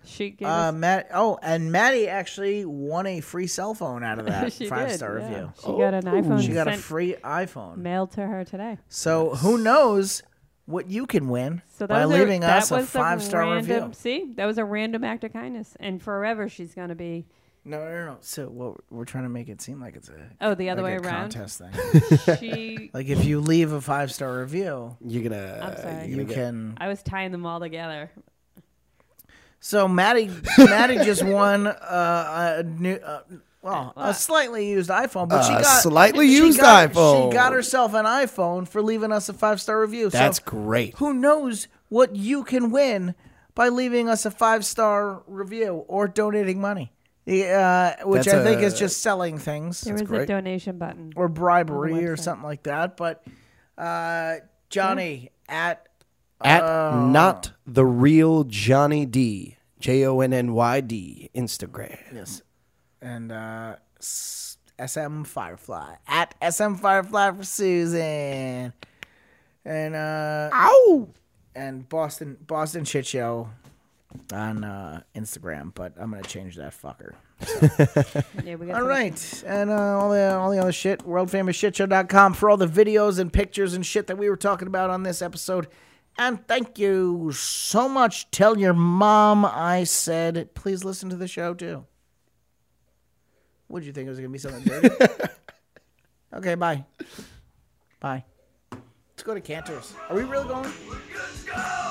Speaker 3: she gave
Speaker 2: Uh,
Speaker 3: us.
Speaker 2: Matt. Oh, and Maddie actually won a free cell phone out of that
Speaker 3: she
Speaker 2: five
Speaker 3: did,
Speaker 2: star
Speaker 3: yeah.
Speaker 2: review.
Speaker 3: She got an iPhone.
Speaker 2: She got a
Speaker 3: sent-
Speaker 2: free iPhone.
Speaker 3: mailed to her today.
Speaker 2: So who knows what you can win
Speaker 3: So that
Speaker 2: by
Speaker 3: was
Speaker 2: leaving
Speaker 3: a, that
Speaker 2: us
Speaker 3: was
Speaker 2: a five star
Speaker 3: random,
Speaker 2: review?
Speaker 3: See, that was a random act of kindness, and forever she's gonna be.
Speaker 2: No, no, no. So well, we're trying to make it seem like it's a
Speaker 3: Oh, the other
Speaker 2: like a
Speaker 3: way around.
Speaker 2: contest thing.
Speaker 3: She,
Speaker 2: like if you leave a five star review,
Speaker 4: You're gonna.
Speaker 3: I'm sorry.
Speaker 4: You're
Speaker 2: you
Speaker 4: gonna get,
Speaker 2: can.
Speaker 3: I was tying them all together.
Speaker 2: So Maddie, Maddie just won uh, a new, uh, well, a slightly used iPhone, but she
Speaker 4: A
Speaker 2: got
Speaker 4: Uh, slightly
Speaker 2: she
Speaker 4: used
Speaker 2: got-
Speaker 4: iPhone.
Speaker 2: She got herself an iPhone for leaving us a five star review.
Speaker 4: That's
Speaker 2: so
Speaker 4: great.
Speaker 2: who knows what you can win by leaving us a five star review or donating money, The, uh, which
Speaker 4: That's
Speaker 2: I think is
Speaker 4: a-
Speaker 2: just selling things.
Speaker 3: There was
Speaker 4: great.
Speaker 3: a donation button.
Speaker 2: or bribery or
Speaker 3: website.
Speaker 2: something like that. But uh, Johnny at
Speaker 4: At
Speaker 2: uh,
Speaker 4: not the real Johnny D. J O N N Y D Instagram.
Speaker 2: yes, and uh, S- SM Firefly at SM Firefly for Susan, and uh, ow, and Boston Boston shit show on uh, Instagram. But I'm gonna change that fucker.
Speaker 3: Yeah, we got
Speaker 2: All
Speaker 3: some-
Speaker 2: right, and uh, all the all the other shit, worldfamousshitshow.com for all the videos and pictures and shit that we were talking about on this episode. And thank you so much. Tell your mom I said please listen to the show too. What did you think it was gonna be something dirty? okay, bye, bye. Let's go to Cantor's. Are we really going?
Speaker 1: Let's go!